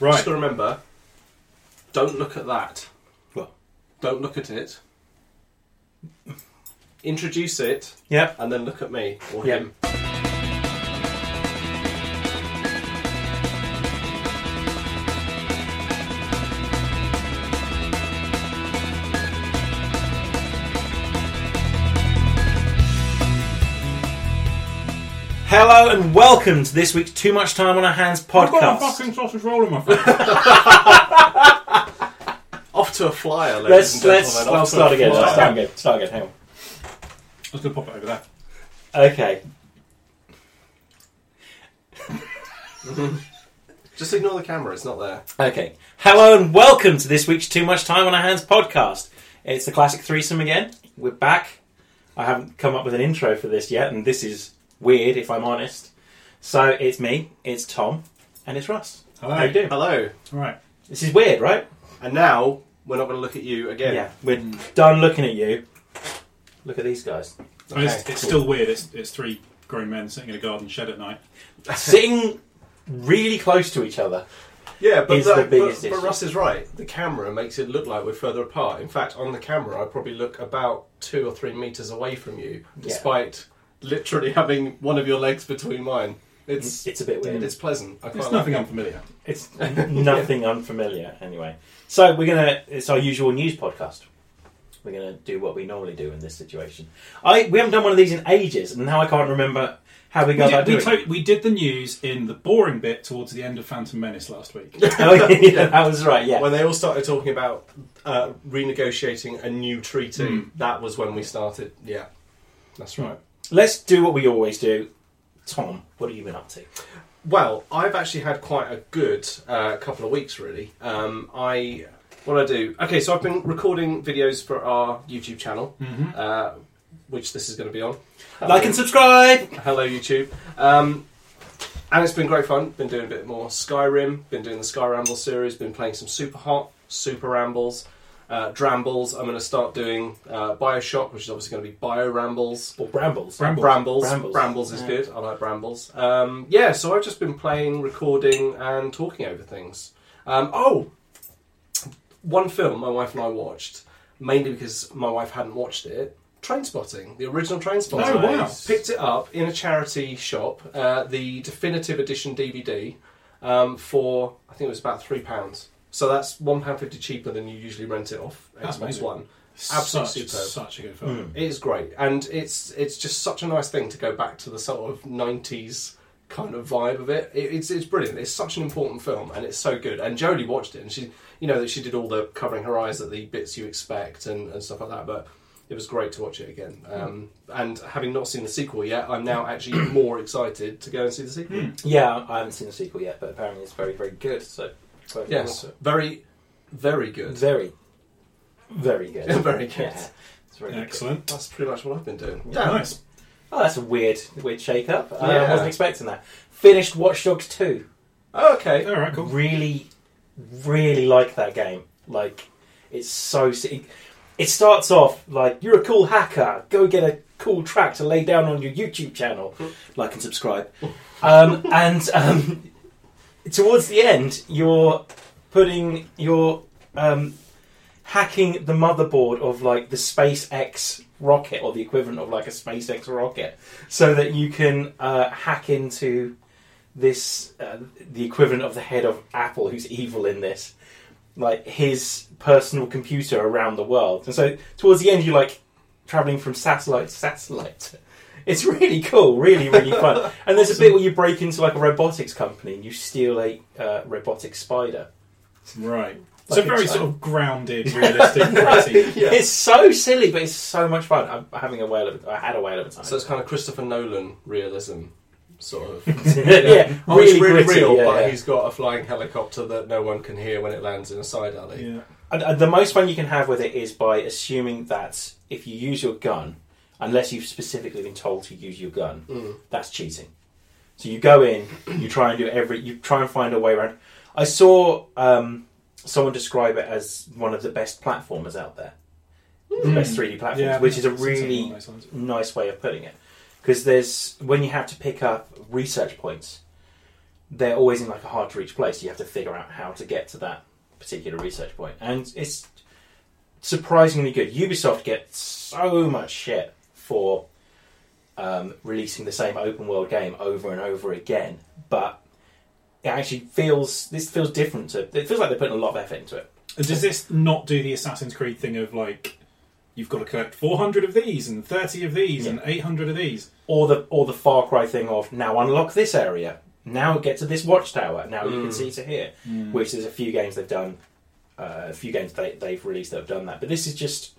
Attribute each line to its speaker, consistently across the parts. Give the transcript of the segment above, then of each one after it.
Speaker 1: Right.
Speaker 2: Just to remember, don't look at that.
Speaker 1: What?
Speaker 2: Don't look at it. Introduce it,
Speaker 1: Yep.
Speaker 2: and then look at me or
Speaker 1: Yeah.
Speaker 2: him.
Speaker 1: Hello and welcome to this week's Too Much Time on Our Hands
Speaker 3: I've got a
Speaker 1: podcast.
Speaker 3: fucking sausage roll in my face.
Speaker 2: Off to a flyer, ladies and
Speaker 1: Let's let's
Speaker 2: gentlemen.
Speaker 1: well,
Speaker 2: off to
Speaker 1: start
Speaker 2: a
Speaker 1: again.
Speaker 2: flyer.
Speaker 1: Let's start again. Start again. Hang on.
Speaker 3: I was going to pop it over there.
Speaker 1: Okay.
Speaker 2: Just ignore the camera; it's not there.
Speaker 1: Okay. Hello and welcome to this week's Too Much Time on Our Hands podcast. It's the classic threesome again. We're back. I haven't come up with an intro for this yet, and this is weird if I'm honest. So it's me, it's Tom, and it's Russ.
Speaker 3: Hello.
Speaker 1: How you doing?
Speaker 2: Hello,
Speaker 3: Right.
Speaker 1: This is weird, right?
Speaker 2: and now we're not going to look at you again.
Speaker 1: We're done looking at you. Look at these guys.
Speaker 3: I mean, it's
Speaker 2: Okay,
Speaker 3: it's
Speaker 2: cool.
Speaker 3: still weird. It's, it's three grown men sitting in a garden shed at night.
Speaker 1: Sitting really close to each other.
Speaker 2: Yeah, but,
Speaker 1: Is
Speaker 2: that,
Speaker 1: the biggest
Speaker 2: but, but
Speaker 1: issue.
Speaker 2: Russ is right. The camera makes it look like we're further apart. In fact, on the camera, I probably look about two or three meters away from you, despite literally having one of your legs between mine. It's
Speaker 1: It's a bit weird.
Speaker 2: and it's pleasant. I quite
Speaker 3: It's
Speaker 2: like
Speaker 3: nothing
Speaker 2: it.
Speaker 3: unfamiliar.
Speaker 1: It's nothing unfamiliar, anyway. So we're gonna. It's our usual news podcast. We're gonna do what we normally do in this situation. I we haven't done one of these in ages, and now I can't remember how we
Speaker 3: We
Speaker 1: got
Speaker 3: did,
Speaker 1: about
Speaker 3: we,
Speaker 1: doing. it.
Speaker 3: to- we did the news in the boring bit towards the end of Phantom Menace last week.
Speaker 1: Oh, yeah, that was right. Yeah,
Speaker 2: When they all started talking about uh, renegotiating a new treaty, that was when we started. Yeah, that's right.
Speaker 1: let's do what we always do. Tom, what have you been up to?
Speaker 2: Well, I've actually had quite a good uh, couple of weeks, really. Um, I what I do? Okay, so I've been recording videos for our YouTube channel, uh, which this is going to be on.
Speaker 1: Like and subscribe.
Speaker 2: Hello, YouTube. Um, and it's been great fun. Been doing a bit more Skyrim. Been doing the Sky Ramble series. Been playing some Super Hot, Super Rambles, uh, Drambles. I'm going to start doing uh, Bioshock, which is obviously going to be Bio Rambles.
Speaker 1: Or brambles.
Speaker 3: Brambles.
Speaker 2: Brambles. Brambles,
Speaker 1: Brambles.
Speaker 2: is
Speaker 1: Yeah.
Speaker 2: good. I like Brambles. Um, yeah, so I've just been playing, recording, and talking over things. Um, oh, one film my wife and I watched, mainly because my wife hadn't watched it. Train Spotting, the original Train Spotting.
Speaker 3: Oh, wow.
Speaker 2: Picked it up in a charity shop, uh, the definitive edition DVD, um, for I think it was about three pounds. So that's one pound fifty cheaper than you usually rent it off
Speaker 3: That's
Speaker 2: Xbox
Speaker 3: amazing.
Speaker 2: One.
Speaker 3: such,
Speaker 2: Absolutely superb.
Speaker 3: such a good
Speaker 1: Hmm.
Speaker 3: film.
Speaker 2: It is great, and it's it's just such a nice thing to go back to the sort of '90s kind of vibe of it. it it's it's brilliant. It's such an important film, and it's so good. And Jodie watched it, and she, you know, that she did all the covering her eyes at the bits you expect and, and stuff like that. But it was great to watch it again. Um, and having not seen the sequel yet, I'm now actually more excited to go and see the sequel.
Speaker 1: Yeah, I haven't seen the sequel yet, but apparently it's very, very good. So hopefully
Speaker 2: Yes,
Speaker 1: we'll-
Speaker 2: very, very good.
Speaker 1: very, very good.
Speaker 2: Very good.
Speaker 1: Yeah, it's very good.
Speaker 3: Excellent.
Speaker 2: That's pretty much what I've been doing. Damn.
Speaker 3: Nice.
Speaker 1: Oh, that's a weird, weird shake-up. Uh, I
Speaker 2: Yeah.
Speaker 1: wasn't expecting that. Finished Watch Dogs 2.
Speaker 2: Oh, okay.
Speaker 3: All right, cool.
Speaker 1: Really, really like that game. Like, it's so... si- It starts off like, you're a cool hacker. Go get a cool track to lay down on your YouTube channel. Like and subscribe. Um, and um, towards the end, you're putting your... Um, hacking the motherboard of like the SpaceX rocket or the equivalent of like a SpaceX rocket so that you can uh, hack into this uh, the equivalent of the head of Apple who's evil in this like his personal computer around the world and so towards the end you're like traveling from satellite to satellite it's really cool really really fun and there's a bit where you break into like a robotics company and you steal a uh, robotic spider
Speaker 3: Right.
Speaker 1: Like
Speaker 3: so very
Speaker 1: it's-
Speaker 3: sort of grounded, realistic, pretty.
Speaker 2: Yeah.
Speaker 1: It's so silly, but it's so much fun. I'm having a whale of I had a whale of a time.
Speaker 2: So it's kind of Christopher Nolan realism, sort of.
Speaker 1: yeah,
Speaker 2: Oh, it's really
Speaker 1: gritty,
Speaker 2: real,
Speaker 1: yeah,
Speaker 2: but
Speaker 1: yeah.
Speaker 2: he's got a flying helicopter that no one can hear when it lands in a side alley.
Speaker 3: Yeah.
Speaker 1: And, and the most fun you can have with it is by assuming that if you use your gun, unless you've specifically been told to use your gun,
Speaker 3: Mm.
Speaker 1: that's cheating. So you go in, you try and do every, you try and find a way around. I saw um, someone describe it as one of the best platformers out there, the best 3D platforms,
Speaker 3: Mm. Yeah, I
Speaker 1: which is
Speaker 3: think I've
Speaker 1: a
Speaker 3: seen something
Speaker 1: really
Speaker 3: along those lines.
Speaker 1: nice way of putting it because there's when you have to pick up research points they're always in like a hard to reach place. You have to figure out how to get to that particular research point, and it's surprisingly good. Ubisoft gets so much shit for um, releasing the same open world game over and over again, but it actually feels this feels different. To, it feels like they're putting a lot of effort into it.
Speaker 3: And does this not do the Assassin's Creed thing of like you've got to collect 400 of these and 30 of these
Speaker 1: Yeah.
Speaker 3: and 800 of these?
Speaker 1: or the or the Far Cry thing of now unlock this area, now get to this watchtower, now you can
Speaker 2: Mm.
Speaker 1: see to here. Which there's a few games they've done, uh, a few games they, they've released that have done that. But this is just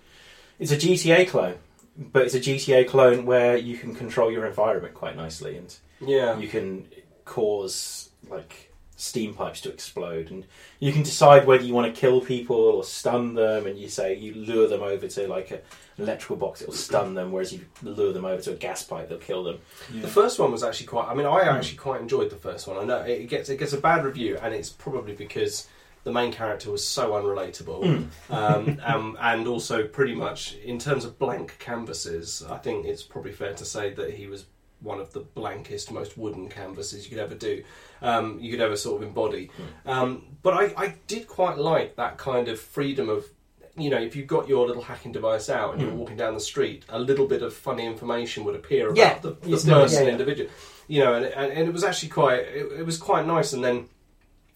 Speaker 1: it's a GTA clone, but it's a GTA clone where you can control your environment quite nicely and
Speaker 2: Yeah.
Speaker 1: Um, you can cause like steam pipes to explode and you can decide whether you want to kill people or stun them and you say you lure them over to like a, an electrical box it'll stun them whereas you lure them over to a gas pipe they'll kill them
Speaker 3: Yeah.
Speaker 2: The first one was actually quite. I mean, I actually quite enjoyed the first one. I know it gets it gets a bad review, and it's probably because the main character was so unrelatable, um, um, and also pretty much in terms of blank canvases. I think it's probably fair to say that he was one of the blankest, most wooden canvases you could ever do. Um, you could ever sort of embody. Um, but I, I did quite like that kind of freedom of. You know, if you've got your little hacking device out and you're
Speaker 1: Mm.
Speaker 2: walking down the street, a little bit of funny information would appear about
Speaker 1: Yeah,
Speaker 2: the,
Speaker 1: you
Speaker 2: the
Speaker 1: still-
Speaker 2: person
Speaker 1: yeah, yeah.
Speaker 2: individual. You know, and, and, and it was actually quite it, it was quite nice. And then,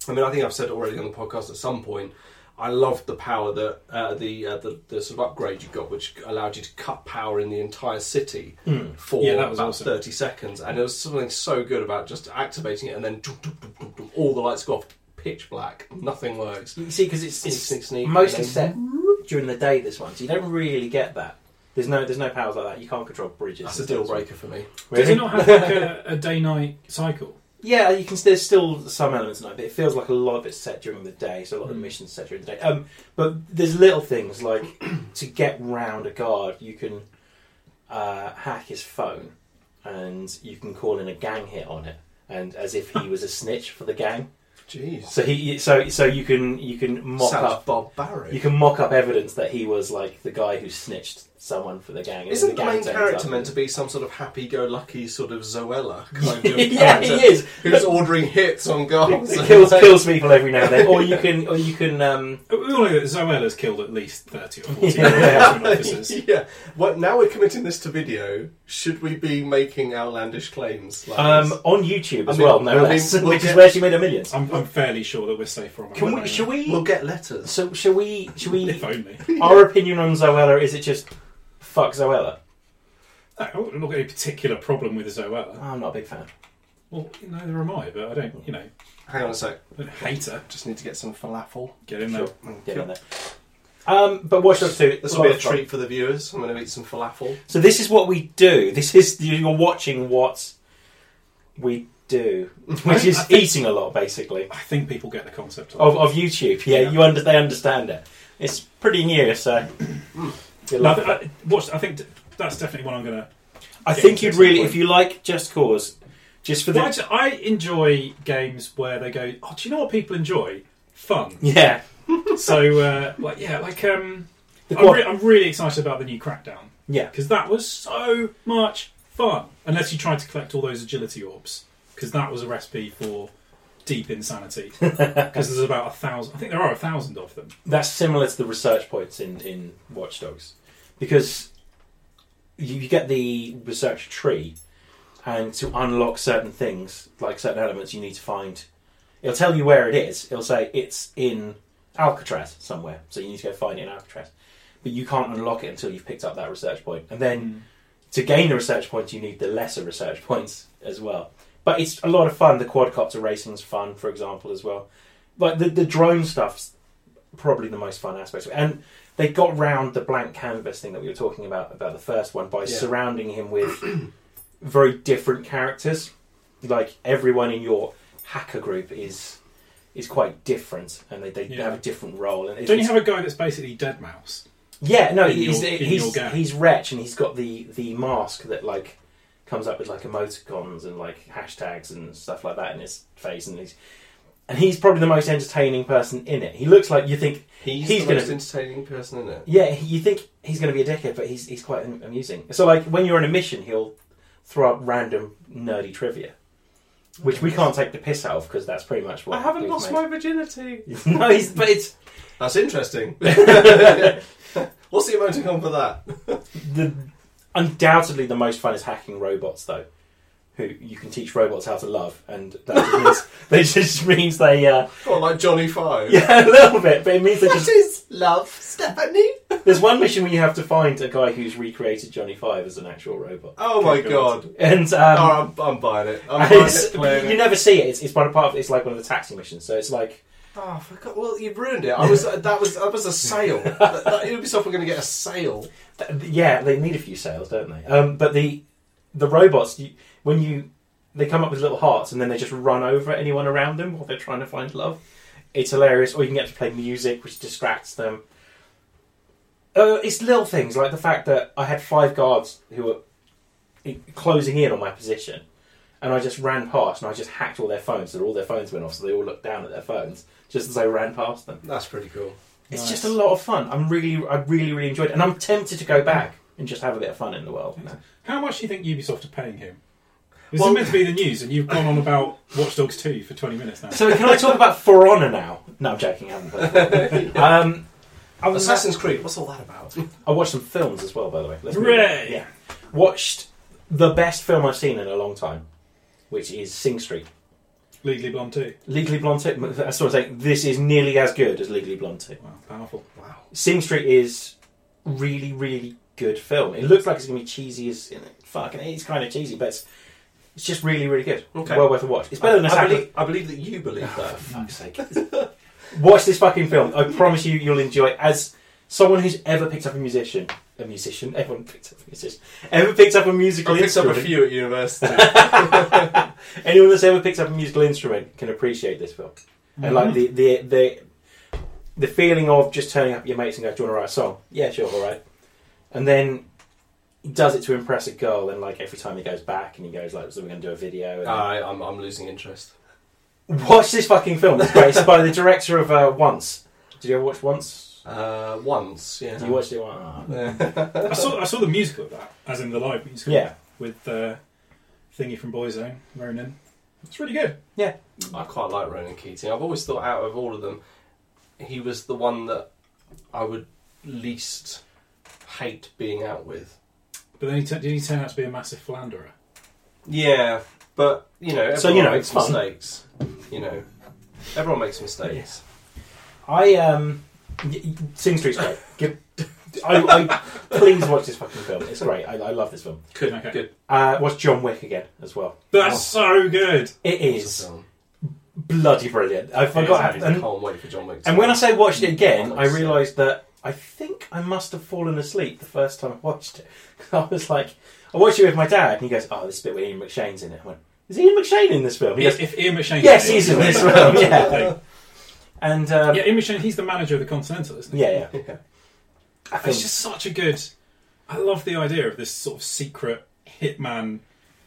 Speaker 2: I mean, I think I've said already on the podcast at some point. I loved the power that uh, the, uh, the the sort of upgrade you got, which allowed you to cut power in the entire city
Speaker 1: Hmm.
Speaker 2: for
Speaker 3: Yeah, that was
Speaker 2: about
Speaker 3: awesome.
Speaker 2: thirty seconds, and there was something so good about just activating it and then doop, doop, doop, doop, doop, all the lights go off, pitch black, nothing works.
Speaker 1: You see, because it's, it's
Speaker 2: Sneak, sneak,
Speaker 1: mostly
Speaker 2: and
Speaker 1: set
Speaker 2: then-
Speaker 1: during the day. This one, so you don't really get that. There's no there's no powers like that. You can't control bridges.
Speaker 2: That's a
Speaker 1: and
Speaker 2: deal
Speaker 1: things.
Speaker 2: breaker for me.
Speaker 3: Does
Speaker 1: Really?
Speaker 3: it not have like a, a day night cycle?
Speaker 1: Yeah, you can. There's still some elements in it, but it feels like a lot of it's set during the day. So a lot
Speaker 2: Hmm.
Speaker 1: of the missions set during the day. Um, but there's little things like to get round a guard, you can uh, hack his phone, and you can call in a gang hit on it, and as if he was a snitch for the gang.
Speaker 2: Jeez,
Speaker 1: So he so so you can you can mock up
Speaker 2: sounds barbaric.
Speaker 1: You can mock up evidence that he was like the guy who snitched someone for the gang. and
Speaker 2: Isn't the
Speaker 1: gang
Speaker 2: main
Speaker 1: turns
Speaker 2: character
Speaker 1: up.
Speaker 2: meant to be some sort of happy-go-lucky sort of Zoella kind of
Speaker 1: yeah, he
Speaker 2: character
Speaker 1: is.
Speaker 2: who's ordering hits on guards?
Speaker 1: He kills, kills people every now and then, Oh, or you can, or you can. Um,
Speaker 3: We all know that Zoella's killed at least 30 or 40
Speaker 1: Yeah.
Speaker 3: government officers.
Speaker 2: yeah. Well, now we're committing this to video. Should we be making outlandish claims? Like
Speaker 1: um,
Speaker 2: this?
Speaker 1: on YouTube as
Speaker 2: I mean-
Speaker 1: well, no
Speaker 2: I mean,
Speaker 1: less,
Speaker 2: we'll
Speaker 1: which is
Speaker 2: get-
Speaker 1: where she made her millions.
Speaker 3: I'm, I'm fairly sure that we're safe from it.
Speaker 1: Can we? Should we?
Speaker 2: we'll get letters.
Speaker 1: so shall we? Shall we?
Speaker 3: If only.
Speaker 1: Our opinion on Zoella is it just fuck Zoella?
Speaker 3: I haven't oh, got any particular problem with Zoella.
Speaker 1: I'm not a big fan.
Speaker 3: Well, neither am I, but I don't, you know,
Speaker 2: Hang on a sec.
Speaker 3: I don't hate her.
Speaker 2: Just need to get some falafel.
Speaker 3: Get in
Speaker 1: Sure.
Speaker 3: there.
Speaker 1: Get in there. Um, but Watch Dogs Two.
Speaker 2: This
Speaker 1: a
Speaker 2: will be
Speaker 1: lot
Speaker 2: a
Speaker 1: of fun.
Speaker 2: treat for the viewers. I'm going to eat some falafel.
Speaker 1: So this is what we do. This is you're watching what we do, which is eating a lot, basically,
Speaker 3: I think people get the concept
Speaker 1: of,
Speaker 3: of,
Speaker 1: of YouTube. Yeah,
Speaker 3: Yeah.
Speaker 1: you under they understand it. It's pretty new, so
Speaker 3: it.
Speaker 2: Mm.
Speaker 1: you'll
Speaker 3: No, I,
Speaker 1: love
Speaker 3: th-
Speaker 1: it.
Speaker 3: I, watch, I think that's definitely one I'm going to
Speaker 1: I think you'd really,
Speaker 3: Point.
Speaker 1: if you like Just Cause, just for the
Speaker 3: Well, I, ju- I enjoy games where they go, oh, do you know what people enjoy? Fun.
Speaker 1: yeah,
Speaker 3: so, uh, like, yeah, like, um,
Speaker 1: the
Speaker 3: I'm,
Speaker 1: quad,
Speaker 3: re- I'm really excited about the new Crackdown
Speaker 1: yeah,
Speaker 3: because that was so much fun. Unless you tried to collect all those agility orbs, because that was a recipe for deep insanity. Because there's about a thousand. I think there are a thousand of them.
Speaker 1: that's similar to the research points in in Watch Dogs, because you, you get the research tree, and to unlock certain things, like certain elements, you need to find. It'll tell you where it is. It'll say it's in Alcatraz somewhere, so you need to go find it in Alcatraz. But you can't unlock it until you've picked up that research point, and then
Speaker 3: Mm.
Speaker 1: to gain the research points, you need the lesser research points as well. But it's a lot of fun. The quadcopter racing's fun, for example, as well. Like the, the drone stuff's probably the most fun aspect of it. And they got round the blank canvas thing that we were talking about about the first one by
Speaker 2: Yeah.
Speaker 1: surrounding him with very different characters. Like everyone in your hacker group is is quite different, and they, they
Speaker 3: Yeah.
Speaker 1: have a different role. And it's-
Speaker 3: Don't you
Speaker 1: it's-
Speaker 3: have a guy that's basically dead mouse?
Speaker 1: yeah, no,
Speaker 3: in
Speaker 1: he's
Speaker 3: your- in your
Speaker 1: he's
Speaker 3: game.
Speaker 1: he's wretch, and he's got the the mask that like comes up with like emoticons and like hashtags and stuff like that in his face, and he's and he's probably the most entertaining person in it. He looks like you think,
Speaker 2: He's,
Speaker 1: He's
Speaker 2: the
Speaker 1: gonna-
Speaker 2: most entertaining person in it.
Speaker 1: yeah, he- you think he's going to be a dickhead, but he's he's quite am- amusing. So like when you're on a mission, he'll throw up random nerdy trivia, which we can't take the piss out of because that's pretty much what
Speaker 2: I haven't
Speaker 1: we've
Speaker 2: lost
Speaker 1: made.
Speaker 2: my virginity.
Speaker 1: no, it's, but it's
Speaker 2: That's interesting. What's the emoticon for that?
Speaker 1: the undoubtedly the most fun is hacking robots though. Who you can teach robots how to love, and that just means they just means they uh,
Speaker 2: Oh, like Johnny Five.
Speaker 1: yeah a little bit, but it means they just
Speaker 2: is love, Stephanie?
Speaker 1: There's one mission where you have to find a guy who's recreated Johnny Five as an actual robot.
Speaker 2: Oh my
Speaker 3: Good
Speaker 2: god.
Speaker 1: And um,
Speaker 2: oh, I'm, I'm buying it. I'm buying
Speaker 1: it's-
Speaker 2: it. Playing
Speaker 1: you
Speaker 2: it.
Speaker 1: never see it. It's, it's part of part of, it's like one of the taxi missions. So it's like
Speaker 2: Oh, for God- well, you've ruined it. I was uh, that was that was a sale. that, that Ubisoft were going to get a sale.
Speaker 1: th- yeah, they need a few sales, don't they? Um, but the the robots you, when you they come up with little hearts and then they just run over anyone around them while they're trying to find love. It's hilarious. Or you can get to play music, which distracts them. Uh, it's little things like the fact that I had five guards who were i- closing in on my position, and I just ran past and I just hacked all their phones. So all their phones went off, so they all looked down at their phones just as I ran past them.
Speaker 2: That's pretty cool.
Speaker 1: It's
Speaker 3: Nice.
Speaker 1: just a lot of fun. I'm really, I really, really enjoyed it, and I'm tempted to go back and just have a bit of fun in the world. now.
Speaker 3: How much do you think Ubisoft are paying him? This
Speaker 2: Well-
Speaker 3: is meant to be the news, and you've gone on about Watch Dogs 2 for 20 minutes now.
Speaker 1: So can I talk about For Honor now? No, I'm joking. I haven't played For Honor. um, I was
Speaker 2: Assassin's Creed. What's all that about?
Speaker 1: I watched some films as well, by the way. Let's move
Speaker 3: Hooray!
Speaker 1: on. Yeah, watched the best film I've seen in a long time, which is Sing Street.
Speaker 3: Legally Blonde 2.
Speaker 1: Legally Blonde. Two- That's what I'm saying. This is nearly as good as Legally Blonde Two.
Speaker 3: Wow, powerful.
Speaker 2: wow.
Speaker 1: Sing Street is really, really good film. It looks like it's going to be cheesy as fucking. It's kind of cheesy, but it's, it's just really, really good.
Speaker 2: Okay.
Speaker 1: Well worth a watch. It's better than
Speaker 2: I,
Speaker 1: Attack.
Speaker 2: I
Speaker 1: of-
Speaker 2: believe, I believe that you believe that.
Speaker 1: fuck's sake. Watch this fucking film. I promise you, you'll enjoy it. As someone who's ever picked up a musician, a musician, everyone picked up a musician, ever picked up a musical
Speaker 2: I picked up
Speaker 1: instrument,
Speaker 2: a few at university.
Speaker 1: anyone that's ever picked up a musical instrument can appreciate this film. And like the, the the the feeling of just turning up at your mates and going, "Do you want to write a song?" Yeah, sure, all right. And then he does it to impress a girl, and like every time he goes back and he goes like, "So we're going to do a video." And
Speaker 2: I, I'm, I'm losing interest.
Speaker 1: Watch this fucking film. It's great. It's by the director of uh, Once. Did you ever watch Once?
Speaker 2: Uh, once, yeah.
Speaker 1: You watched it once.
Speaker 3: I saw, I saw the musical of that, as in the live musical.
Speaker 1: Yeah.
Speaker 3: With the thingy from Boyzone, Ronan. It's really good.
Speaker 2: I quite like Ronan Keating. I've always thought out of all of them, he was the one that I would least hate being out with.
Speaker 3: But then he t- did he turn out to be a massive philanderer?
Speaker 2: Yeah, but you know, everyone
Speaker 1: So, you know,
Speaker 2: makes
Speaker 1: it's fun.
Speaker 2: mistakes. You know, everyone makes mistakes.
Speaker 1: I um, y- y- Sing Street's great. Give, I, I please watch this fucking film. It's great. I, I love this film.
Speaker 2: Good,
Speaker 3: Okay.
Speaker 2: good.
Speaker 1: Uh, watch John Wick again as well.
Speaker 3: That's
Speaker 1: Oh.
Speaker 3: so good.
Speaker 1: It
Speaker 2: Awesome
Speaker 1: is
Speaker 2: film.
Speaker 1: bloody brilliant. I forgot.
Speaker 3: amazing.
Speaker 1: and,
Speaker 2: Can't wait for John Wick. to-
Speaker 1: and when I say watched it again, I
Speaker 2: Once, yeah.
Speaker 1: realised that I think I must have fallen asleep the first time I watched it. I was like, I watched it with my dad, and he goes, "Oh, this bit where Ian McShane's in it." I went, "Is Ian McShane in this film?" He goes,
Speaker 3: If Ian McShane.
Speaker 1: Yes, he's in this room, yeah.
Speaker 3: Thing.
Speaker 1: and um,
Speaker 3: Yeah,
Speaker 1: yeah,
Speaker 3: Ian McShane, he's the manager of the Continental, isn't he?
Speaker 1: yeah,
Speaker 2: Yeah.
Speaker 1: I
Speaker 3: It's
Speaker 1: think-
Speaker 3: just such a good. I love the idea of this sort of secret hitman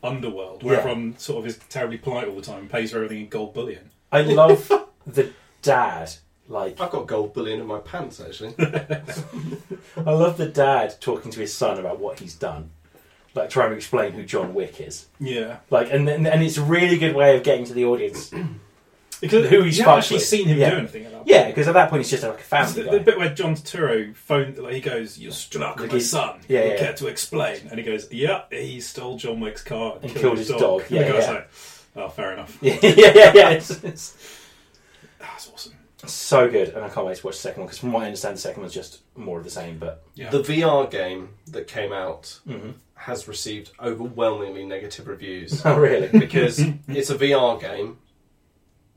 Speaker 3: underworld where
Speaker 1: Yeah.
Speaker 3: everyone sort of is terribly polite all the time and pays for everything in gold bullion.
Speaker 1: I love the dad. Like,
Speaker 2: I've got gold bullion in my pants actually.
Speaker 1: I love the dad talking to his son about what he's done, like trying to explain who John Wick is.
Speaker 3: Yeah.
Speaker 1: Like, and and, and it's a really good way of getting to the audience.
Speaker 3: Because
Speaker 1: Who he's
Speaker 3: you
Speaker 1: fucked
Speaker 3: haven't actually
Speaker 1: with.
Speaker 3: seen him
Speaker 1: Yeah.
Speaker 3: do anything at that
Speaker 1: Yeah, because at that point he's just like a
Speaker 3: It's
Speaker 1: family
Speaker 3: The,
Speaker 1: guy.
Speaker 3: the bit where John Turturro phoned, like he goes, "You struck
Speaker 1: Like
Speaker 3: my
Speaker 1: he's-
Speaker 3: son.
Speaker 1: yeah,
Speaker 3: you
Speaker 1: yeah.
Speaker 3: care to explain?" And he goes, "Yeah, he stole John Wick's car and,
Speaker 1: And killed his dog.
Speaker 3: And
Speaker 1: Yeah,
Speaker 3: the guy's
Speaker 1: yeah.
Speaker 3: like, "Oh, fair enough.
Speaker 1: yeah, yeah, yeah, yeah. It's, it's
Speaker 3: That's awesome."
Speaker 1: so good, and I can't wait to watch the second one because from what I understand, the second one's just more of the same. But
Speaker 3: Yeah.
Speaker 2: The VR game that came out
Speaker 1: Mhm.
Speaker 2: has received overwhelmingly negative reviews.
Speaker 1: oh, really?
Speaker 2: because it's a VR game.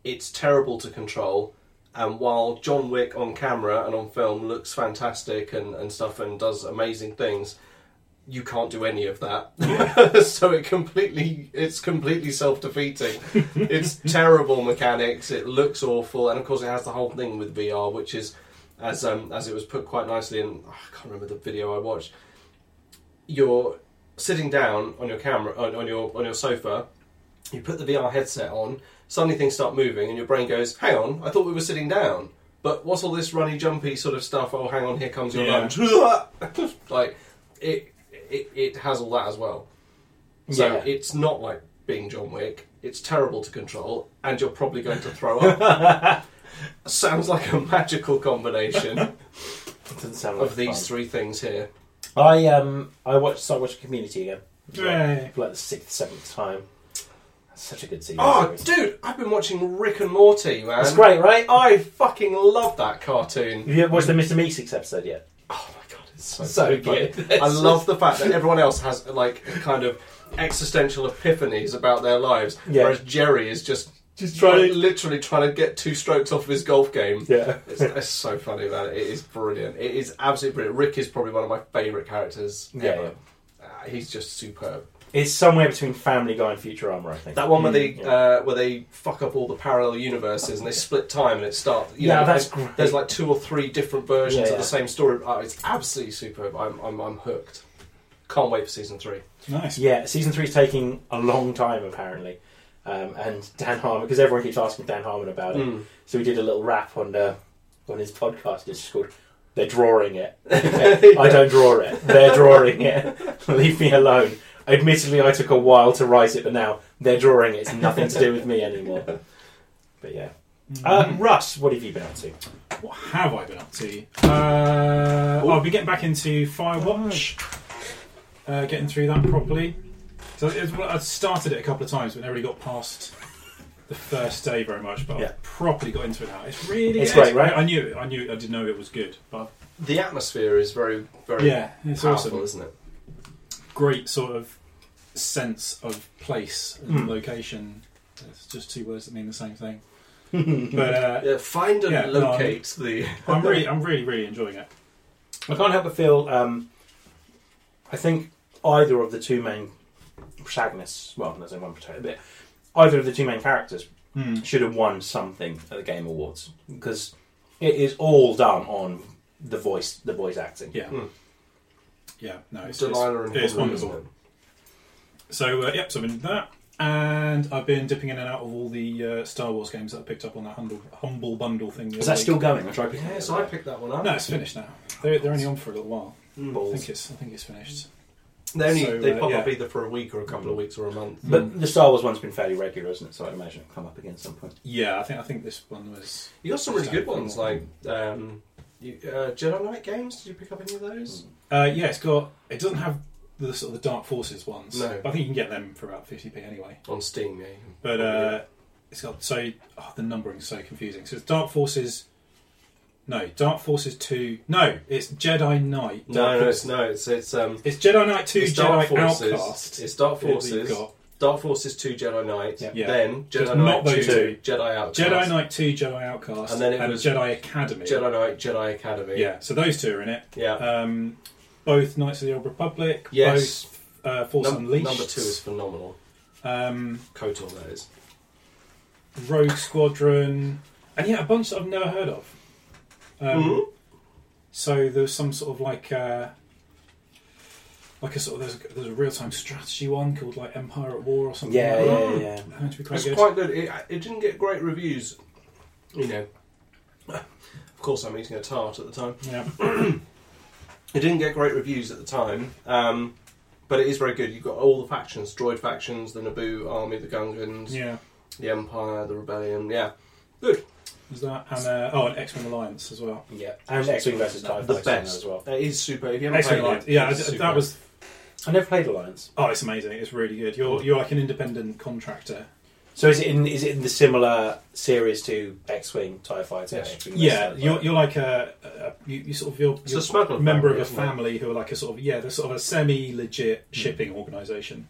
Speaker 2: It's terrible to control, and while John Wick on camera and on film looks fantastic and, and stuff and does amazing things, you can't do any of that. so it completely it's completely self defeating. it's terrible mechanics. It looks awful, and of course it has the whole thing with VR, which is as um, as it was put quite nicely in. oh, I can't remember the video I watched. You're sitting down on your camera on, on your on your sofa you put the VR headset on, suddenly things start moving, and your brain goes, "Hang on, I thought we were sitting down." But what's all this runny, jumpy sort of stuff? Oh, hang on, here comes your
Speaker 3: Yeah.
Speaker 2: lunch. like it, it, it has all that as well. So
Speaker 1: Yeah.
Speaker 2: it's not like being John Wick. it's terrible to control, and you're probably going to throw up. Sounds like a magical combination
Speaker 1: Doesn't sound like
Speaker 2: of these
Speaker 1: fun.
Speaker 2: three things here.
Speaker 1: I um I watched started watching Community again.
Speaker 3: Hooray.
Speaker 1: For like the sixth, seventh time. That's such a good series.
Speaker 2: Oh, dude, I've been watching Rick and Morty, man.
Speaker 1: That's great, right? Oh,
Speaker 2: I fucking love that cartoon.
Speaker 1: Have you watched the Mr. Meeseeks episode yet?
Speaker 2: Oh my god, it's so,
Speaker 1: So
Speaker 2: fucking
Speaker 1: good.
Speaker 2: funny. I love the fact that everyone else has like kind of existential epiphanies about their lives,
Speaker 1: Yeah.
Speaker 2: whereas Jerry is just
Speaker 1: Just
Speaker 2: like, literally trying to get two strokes off of his golf game.
Speaker 1: Yeah.
Speaker 2: It's, it's so funny, man. It is brilliant. It is absolutely brilliant. Rick is probably one of my favourite characters
Speaker 1: Yeah,
Speaker 2: ever. Uh, he's just superb.
Speaker 1: It's somewhere between Family Guy and Futurama, I think.
Speaker 2: That one where they
Speaker 1: Mm, yeah.
Speaker 2: uh, where they fuck up all the parallel universes and they split time and it starts. You
Speaker 1: Yeah,
Speaker 2: know,
Speaker 1: that's
Speaker 2: there's,
Speaker 1: great.
Speaker 2: there's like two or three different versions of
Speaker 1: Yeah, yeah.
Speaker 2: the same story. Oh, it's absolutely superb. I'm, I'm I'm hooked. Can't wait for season three.
Speaker 3: Nice.
Speaker 1: Yeah, season three's taking a long time apparently, um, and Dan Harmon because everyone keeps asking Dan Harmon about it.
Speaker 2: Mm.
Speaker 1: So we did a little rap on uh, on his podcast. It's called "They're Drawing It." I don't draw it. They're drawing it. Leave me alone. Admittedly, I took a while to write it, but now they're drawing it. It's nothing to do with me anymore. But yeah, uh, Russ, what have you been up to?
Speaker 3: What have I been up to? Uh, well, I'll be getting back into Firewatch, uh, getting through that properly. So it's, well, I started it a couple of times, but never really got past the first day very much. But
Speaker 1: Yeah.
Speaker 3: I've properly got into it now. It's really
Speaker 1: It's
Speaker 3: good.
Speaker 1: great, right?
Speaker 3: I, I knew it. I knew it. I did know it was good, but
Speaker 2: The atmosphere is very very
Speaker 3: yeah, it's
Speaker 2: powerful,
Speaker 3: awesome.
Speaker 2: isn't it?
Speaker 3: Great sort of sense of place and
Speaker 1: Hmm.
Speaker 3: location. It's just two words that mean the same thing. but uh,
Speaker 2: Yeah, find and
Speaker 3: Yeah, no, I'm-
Speaker 2: locate the.
Speaker 3: I'm really, I'm really, really enjoying it.
Speaker 1: I can't help but feel. Um, I think either of the two main protagonists, well, there's only one protagonist, but either of the two main characters
Speaker 3: Hmm.
Speaker 1: should have won something at the Game Awards because it is all done on the voice, the voice acting.
Speaker 3: Yeah.
Speaker 2: Mm.
Speaker 3: Yeah, no, it's, it's,
Speaker 2: Delilah and
Speaker 3: it's
Speaker 2: Henry,
Speaker 3: wonderful. So, uh, yep, so I've been doing that. And I've been dipping in and out of all the uh, Star Wars games that I picked up on that humble, humble bundle thing. the
Speaker 1: Is
Speaker 3: other
Speaker 1: that
Speaker 3: week.
Speaker 1: still going? I tried
Speaker 2: isn't it? Yeah, so I picked that one up.
Speaker 3: No, it's finished now. They're, they're only on for a little while. I
Speaker 1: balls.
Speaker 3: think it's, I think it's finished.
Speaker 2: They only
Speaker 3: So,
Speaker 2: they
Speaker 3: uh,
Speaker 2: pop
Speaker 3: yeah. Mm.
Speaker 2: up either for a week or a couple of weeks or a month.
Speaker 1: But the Star Wars one's been fairly regular, isn't it? So I imagine it'll come up again at some point.
Speaker 3: Yeah, I think I think this one was.
Speaker 2: You got some really good ones like um, you, uh, Jedi Knight games. Did you pick up any of those?
Speaker 3: Uh, yeah, it's got. It doesn't have the sort of the Dark Forces ones.
Speaker 2: No.
Speaker 3: But I think you can get them for about fifty p anyway.
Speaker 2: On Steam, yeah. you can
Speaker 3: But
Speaker 2: probably-
Speaker 3: uh, it's got so oh, the numbering's so confusing. So it's Dark Forces. No, Dark Forces two. No, it's Jedi Knight.
Speaker 2: No, no, it's no, it's it's um,
Speaker 3: It's Jedi Knight 2,
Speaker 2: it's
Speaker 3: Jedi
Speaker 2: Dark Forces.
Speaker 3: Outcast.
Speaker 2: It's Dark
Speaker 3: that you've
Speaker 2: Forces.
Speaker 3: got.
Speaker 2: Dark Forces Two Jedi Knight.
Speaker 1: Yeah.
Speaker 3: Yeah.
Speaker 2: Then
Speaker 3: Just
Speaker 2: Jedi Knight
Speaker 3: not those
Speaker 2: Two, Jedi Outcast.
Speaker 3: Jedi Knight 2, Jedi Outcast,
Speaker 2: And
Speaker 3: and
Speaker 2: then
Speaker 3: then
Speaker 2: it was
Speaker 3: Jedi Academy.
Speaker 2: Jedi Knight, Jedi Academy.
Speaker 3: Yeah, so those two are in it.
Speaker 2: yeah.
Speaker 3: Um, both Knights of the Old Republic,
Speaker 2: yes.
Speaker 3: both uh, Force
Speaker 2: Num-
Speaker 3: Unleashed,
Speaker 2: number two is phenomenal.
Speaker 3: um,
Speaker 2: Kotor, that is.
Speaker 3: Rogue Squadron, and yeah, a bunch that I've never heard of. Um,
Speaker 2: Mhm.
Speaker 3: So there's some sort of like uh, like a sort of there's a, there's a real time strategy one called like Empire at War or something.
Speaker 1: Yeah,
Speaker 3: like that.
Speaker 1: yeah, yeah.
Speaker 3: That would be quite
Speaker 2: It's
Speaker 3: good.
Speaker 2: quite good. It, it didn't get great reviews. You know, of course, I'm eating a tart at the time.
Speaker 3: Yeah,
Speaker 2: It didn't get great reviews at the time, um, but it is very good. You've got all the factions, droid factions, the Naboo army, the Gungans,
Speaker 3: yeah.
Speaker 2: the Empire, the Rebellion. Yeah, good.
Speaker 3: There's that and uh, oh, and X Men Alliance as well.
Speaker 1: Yeah, and X-wing versus Tie
Speaker 2: The
Speaker 1: Fighter
Speaker 2: best.
Speaker 1: as well.
Speaker 2: It is super. If you haven't
Speaker 3: X Men
Speaker 2: played
Speaker 3: Alliance,
Speaker 2: it,
Speaker 3: yeah,
Speaker 2: it's
Speaker 3: I-
Speaker 2: super.
Speaker 3: that was
Speaker 1: I never played Alliance.
Speaker 3: Oh, it's amazing! It's really good. You're you're like an independent contractor.
Speaker 1: So is it in is it in the similar series to X-wing, Tie Fighter?
Speaker 2: Yes.
Speaker 1: X-wing versus TIE
Speaker 3: Yeah,
Speaker 1: Fighter?
Speaker 3: you're, you're like a, a you, you sort of you're,
Speaker 2: It's
Speaker 3: you're
Speaker 2: a smuggler
Speaker 3: member
Speaker 2: family,
Speaker 3: of a
Speaker 2: isn't it?
Speaker 3: family who are like a sort of yeah, they're sort of a semi-legit
Speaker 2: Hmm.
Speaker 3: shipping organisation,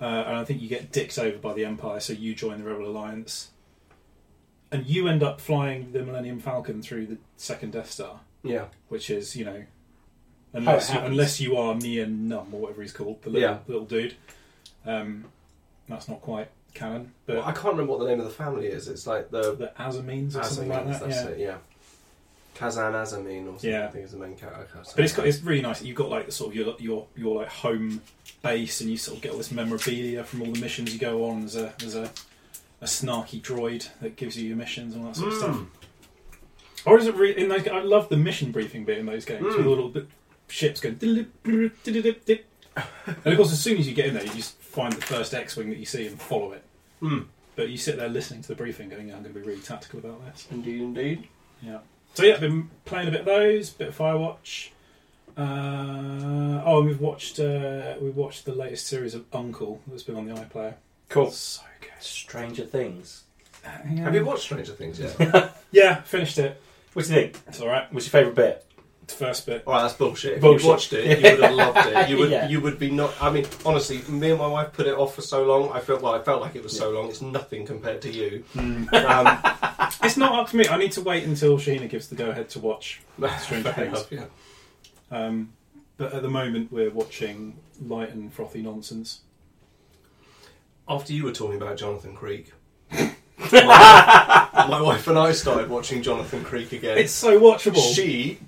Speaker 3: uh, and I think you get dicked over by the Empire, so you join the Rebel Alliance, and you end up flying the Millennium Falcon through the second Death Star,
Speaker 2: Yeah,
Speaker 3: which is you know, unless you,
Speaker 1: happens.
Speaker 3: unless you are Mia Num or whatever he's called, the little,
Speaker 2: Yeah.
Speaker 3: little dude, um, that's not quite canon, but.
Speaker 2: well, I can't remember what the name of the family is. It's like the
Speaker 3: the Azamines or something like
Speaker 2: Azamines.
Speaker 3: that.
Speaker 2: That's
Speaker 3: yeah.
Speaker 2: it. Yeah, Kazan Azamin or something. I
Speaker 3: Yeah.
Speaker 2: think is the main character.
Speaker 3: But it's got, it's really nice. You've got like sort of your your your like home base, and you sort of get all this memorabilia from all the missions you go on. There's a there's a, a snarky droid that gives you your missions and all that sort of
Speaker 2: Mm.
Speaker 3: stuff. Or is it re- in those? I love the mission briefing bit in those games
Speaker 2: Mm.
Speaker 3: with all the ships going. "Dilip, dilip, dilip, dilip." and of course, as soon as you get in there, you just find the first X-wing that you see and follow it.
Speaker 2: Mm.
Speaker 3: But you sit there listening to the briefing, going, "Yeah, "I'm going to be really tactical about this."
Speaker 2: Indeed, indeed.
Speaker 3: Yeah. So yeah, I've been playing a bit of those, bit of Firewatch. Uh, oh, and we've watched uh, we watched the latest series of Uncle that's been on the iPlayer.
Speaker 1: Cool.
Speaker 3: So good.
Speaker 1: Stranger Things.
Speaker 3: Yeah.
Speaker 2: Have you watched Stranger Things yet?
Speaker 3: Yeah, finished it.
Speaker 1: What do you think?
Speaker 3: It's all right.
Speaker 1: What's your favourite bit?
Speaker 3: The first bit.
Speaker 2: Alright, that's bullshit. If
Speaker 1: Bullshit.
Speaker 2: you watched it, you would have loved it. You would,
Speaker 1: Yeah.
Speaker 2: you would be not. I mean, honestly, me and my wife put it off for so long. I felt well, I felt like it was so long. It's nothing compared to you. Um,
Speaker 3: It's not up to me. I need to wait until Sheena gives the go ahead to watch.
Speaker 2: fair
Speaker 3: Stranger Things.
Speaker 2: enough, yeah.
Speaker 3: Um, but at the moment, we're watching light and frothy nonsense.
Speaker 2: After you were talking about Jonathan Creek, my, my wife and I started watching Jonathan Creek again.
Speaker 3: It's so watchable.
Speaker 2: she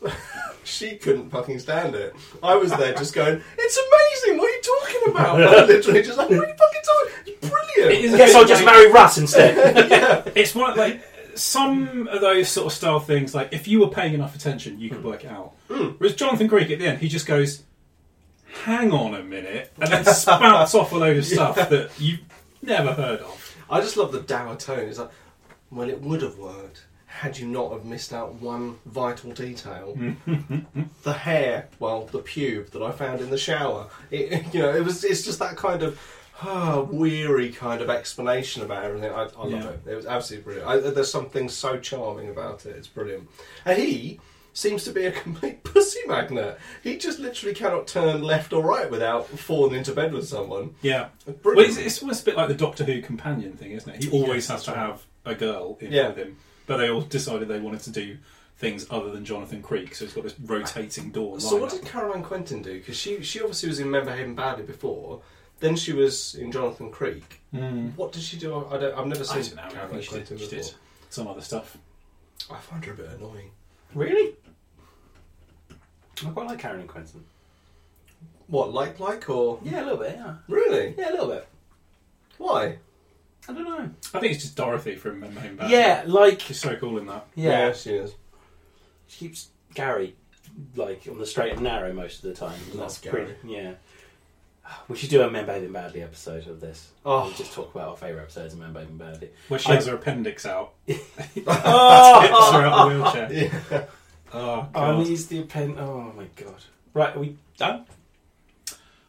Speaker 2: she couldn't fucking stand it. I was there just going, "It's amazing! What are you talking about?" I literally just like, "What are you fucking talking? It's brilliant!"
Speaker 3: It is-
Speaker 1: Guess I'll just marry Russ instead.
Speaker 3: It's one of, like some of those sort of style things. Like if you were paying enough attention, you could
Speaker 2: Hmm.
Speaker 3: work it out. Whereas Jonathan Creek at the end, he just goes, "Hang on a minute," and then spouts off a load of stuff that you've never heard of.
Speaker 2: I just love the dour tone. It's like, well, it would have worked had you not have missed out one vital detail. the hair, well, the pube that I found in the shower. It, you know, it was. It's just that kind of. ah, weary kind of explanation about everything. I, I love
Speaker 3: Yeah.
Speaker 2: it. It was absolutely brilliant. I, there's something so charming about it. It's brilliant. And he seems to be a complete pussy magnet. He just literally cannot turn left or right without falling into bed with someone.
Speaker 3: Yeah, well,
Speaker 2: Brilliant.
Speaker 3: it's, it's almost a bit like the Doctor Who companion thing, isn't it? He always has to have a girl in
Speaker 2: Yeah.
Speaker 3: with him, but they all decided they wanted to do things other than Jonathan Creek, so it's got this rotating door.
Speaker 2: So what
Speaker 3: lineup.
Speaker 2: did Caroline Quentin do? Because she she obviously was in Memberhaven Badly before. Then she was in Jonathan Creek.
Speaker 3: Mm.
Speaker 2: What did she do? I don't, I've never
Speaker 3: I
Speaker 2: seen
Speaker 3: don't know. I
Speaker 2: Caroline
Speaker 3: think she
Speaker 2: Quentin
Speaker 3: did, she
Speaker 2: before.
Speaker 3: did some other stuff.
Speaker 2: I find her a bit annoying.
Speaker 1: really? I quite like Karen and Quentin.
Speaker 2: What like like or
Speaker 1: Yeah, a little bit. Yeah,
Speaker 2: really?
Speaker 1: yeah, a little bit.
Speaker 2: Why?
Speaker 1: I don't know.
Speaker 3: I think it's just Dorothy from Memberhaven Bad.
Speaker 1: Yeah, like
Speaker 3: she's so cool in that.
Speaker 1: Uh, yeah,
Speaker 2: she is.
Speaker 1: she keeps Gary like on the straight and narrow most of the time.
Speaker 2: Love Gary.
Speaker 1: yeah. We should do a Man Bathing Badly episode of this.
Speaker 2: Oh.
Speaker 1: We'll just talk about our favourite episodes of Man Bathing Badly.
Speaker 3: Where she
Speaker 1: I-
Speaker 3: has her appendix out,
Speaker 1: Oh,
Speaker 3: tips her out the wheelchair.
Speaker 2: Yeah.
Speaker 3: Oh,
Speaker 1: I
Speaker 3: God.
Speaker 1: the append. Oh my god! Right, are we done?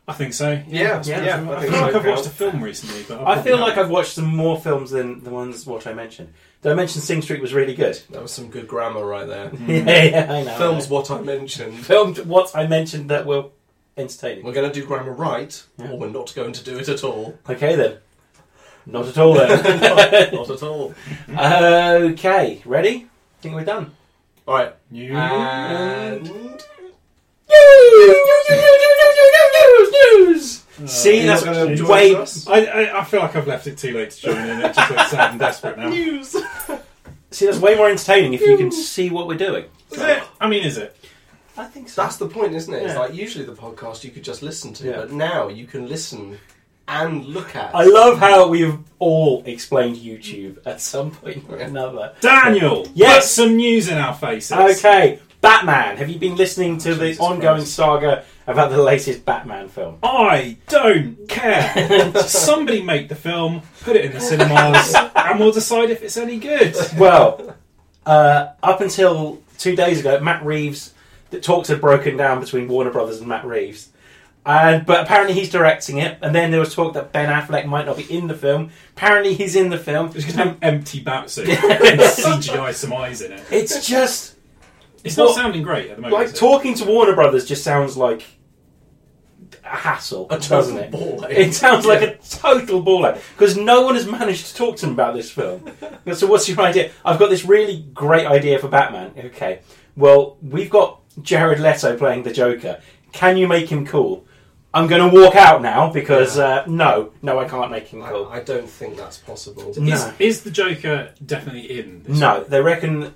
Speaker 3: I think so.
Speaker 2: Yeah,
Speaker 1: Yeah.
Speaker 2: yeah,
Speaker 3: I,
Speaker 2: I
Speaker 3: feel
Speaker 2: think
Speaker 3: like
Speaker 2: so,
Speaker 3: I've watched a
Speaker 2: Carol.
Speaker 3: film recently, but
Speaker 1: I feel like
Speaker 3: I've
Speaker 1: I've watched some more films than the ones what I mentioned. Did I mention Sing Street was really good?
Speaker 2: That was some good grammar right there.
Speaker 1: yeah, yeah, I know.
Speaker 2: Films what I mentioned.
Speaker 1: filmed what I mentioned that were entertaining.
Speaker 2: We're going to do grammar right,
Speaker 1: Yeah.
Speaker 2: or we're not going to do it at all.
Speaker 1: Okay then. Not at all then.
Speaker 2: not at all.
Speaker 1: okay, ready? think we're done.
Speaker 2: All right.
Speaker 3: you.
Speaker 2: And
Speaker 1: Uh, See,
Speaker 2: you're
Speaker 1: that's
Speaker 2: not gonna join
Speaker 1: way.
Speaker 2: us?
Speaker 3: I, I, I feel like I've left it too late to join in. It just looks sad and desperate now. Is
Speaker 2: news.
Speaker 1: See, that's way more entertaining if you can see what we're doing.
Speaker 3: it? I mean, is it?
Speaker 1: I think so.
Speaker 2: That's the point, isn't it? It's
Speaker 1: Yeah.
Speaker 2: like usually the podcast you could just listen to,
Speaker 1: Yeah.
Speaker 2: but now you can listen and look at.
Speaker 1: I love how we've all explained YouTube at some point or another.
Speaker 3: Daniel,
Speaker 1: Yes.
Speaker 3: put some news in our faces.
Speaker 1: Okay, Batman. Have you been listening to the
Speaker 2: Jesus
Speaker 1: ongoing
Speaker 2: Christ.
Speaker 1: saga about the latest Batman film?
Speaker 3: I don't care. Somebody make the film, put it in the cinemas, and we'll decide if it's any good.
Speaker 1: Well, uh, up until two days ago, Matt Reeves, the talks had broken down between Warner Brothers and Matt Reeves. And, but apparently he's directing it, and then there was talk that Ben Affleck might not be in the film. Apparently he's in the film.
Speaker 3: It's just an empty bat suit and CGI some eyes in it.
Speaker 1: It's just
Speaker 3: It's not
Speaker 1: Well,
Speaker 3: sounding great at the moment.
Speaker 1: like
Speaker 3: is it?
Speaker 1: talking to Warner Brothers just sounds like a hassle,
Speaker 2: a
Speaker 1: doesn't
Speaker 2: total
Speaker 1: it?
Speaker 2: ball. eh?
Speaker 1: It sounds like a total baller because no one has managed to talk to him about this film. so, what's your idea? I've got this really great idea for Batman. Okay, well, we've got Jared Leto playing the Joker. Can you make him cool? I'm going to walk out now because uh, no, no, I can't make him
Speaker 2: I,
Speaker 1: cool.
Speaker 2: I don't think that's possible.
Speaker 1: No.
Speaker 3: Is, is the Joker definitely in? This
Speaker 1: No, they reckon.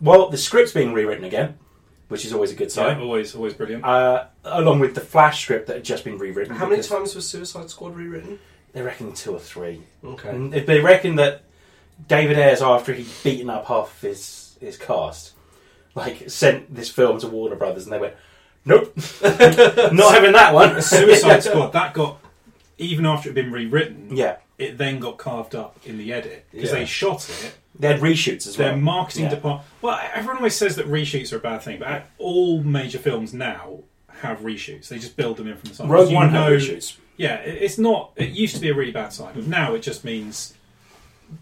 Speaker 1: Well, the script's being rewritten again, which is always a good
Speaker 3: Yeah,
Speaker 1: sign.
Speaker 3: always, always brilliant.
Speaker 1: Uh, along with the Flash script that had just been rewritten.
Speaker 2: How many
Speaker 1: because
Speaker 2: times was Suicide Squad rewritten?
Speaker 1: They reckon two or three.
Speaker 2: Okay.
Speaker 1: And if they reckon that David Ayres, after he'd beaten up half his his cast, like sent this film to Warner Brothers, and they went, "Nope, not having that one."
Speaker 3: Suicide Squad that got even after it had been rewritten,
Speaker 1: yeah,
Speaker 3: it then got carved up in the edit because
Speaker 2: Yeah.
Speaker 3: they shot it.
Speaker 1: They had reshoots as
Speaker 3: Their
Speaker 1: well.
Speaker 3: marketing
Speaker 1: Yeah.
Speaker 3: department. Well, everyone always says that reshoots are a bad thing, but all major films now have reshoots. They just build them in from the side.
Speaker 1: Rogue
Speaker 3: You
Speaker 1: One had
Speaker 3: know-
Speaker 1: reshoots.
Speaker 3: yeah, it- it's not. It used to be a really bad sign, but now it just means,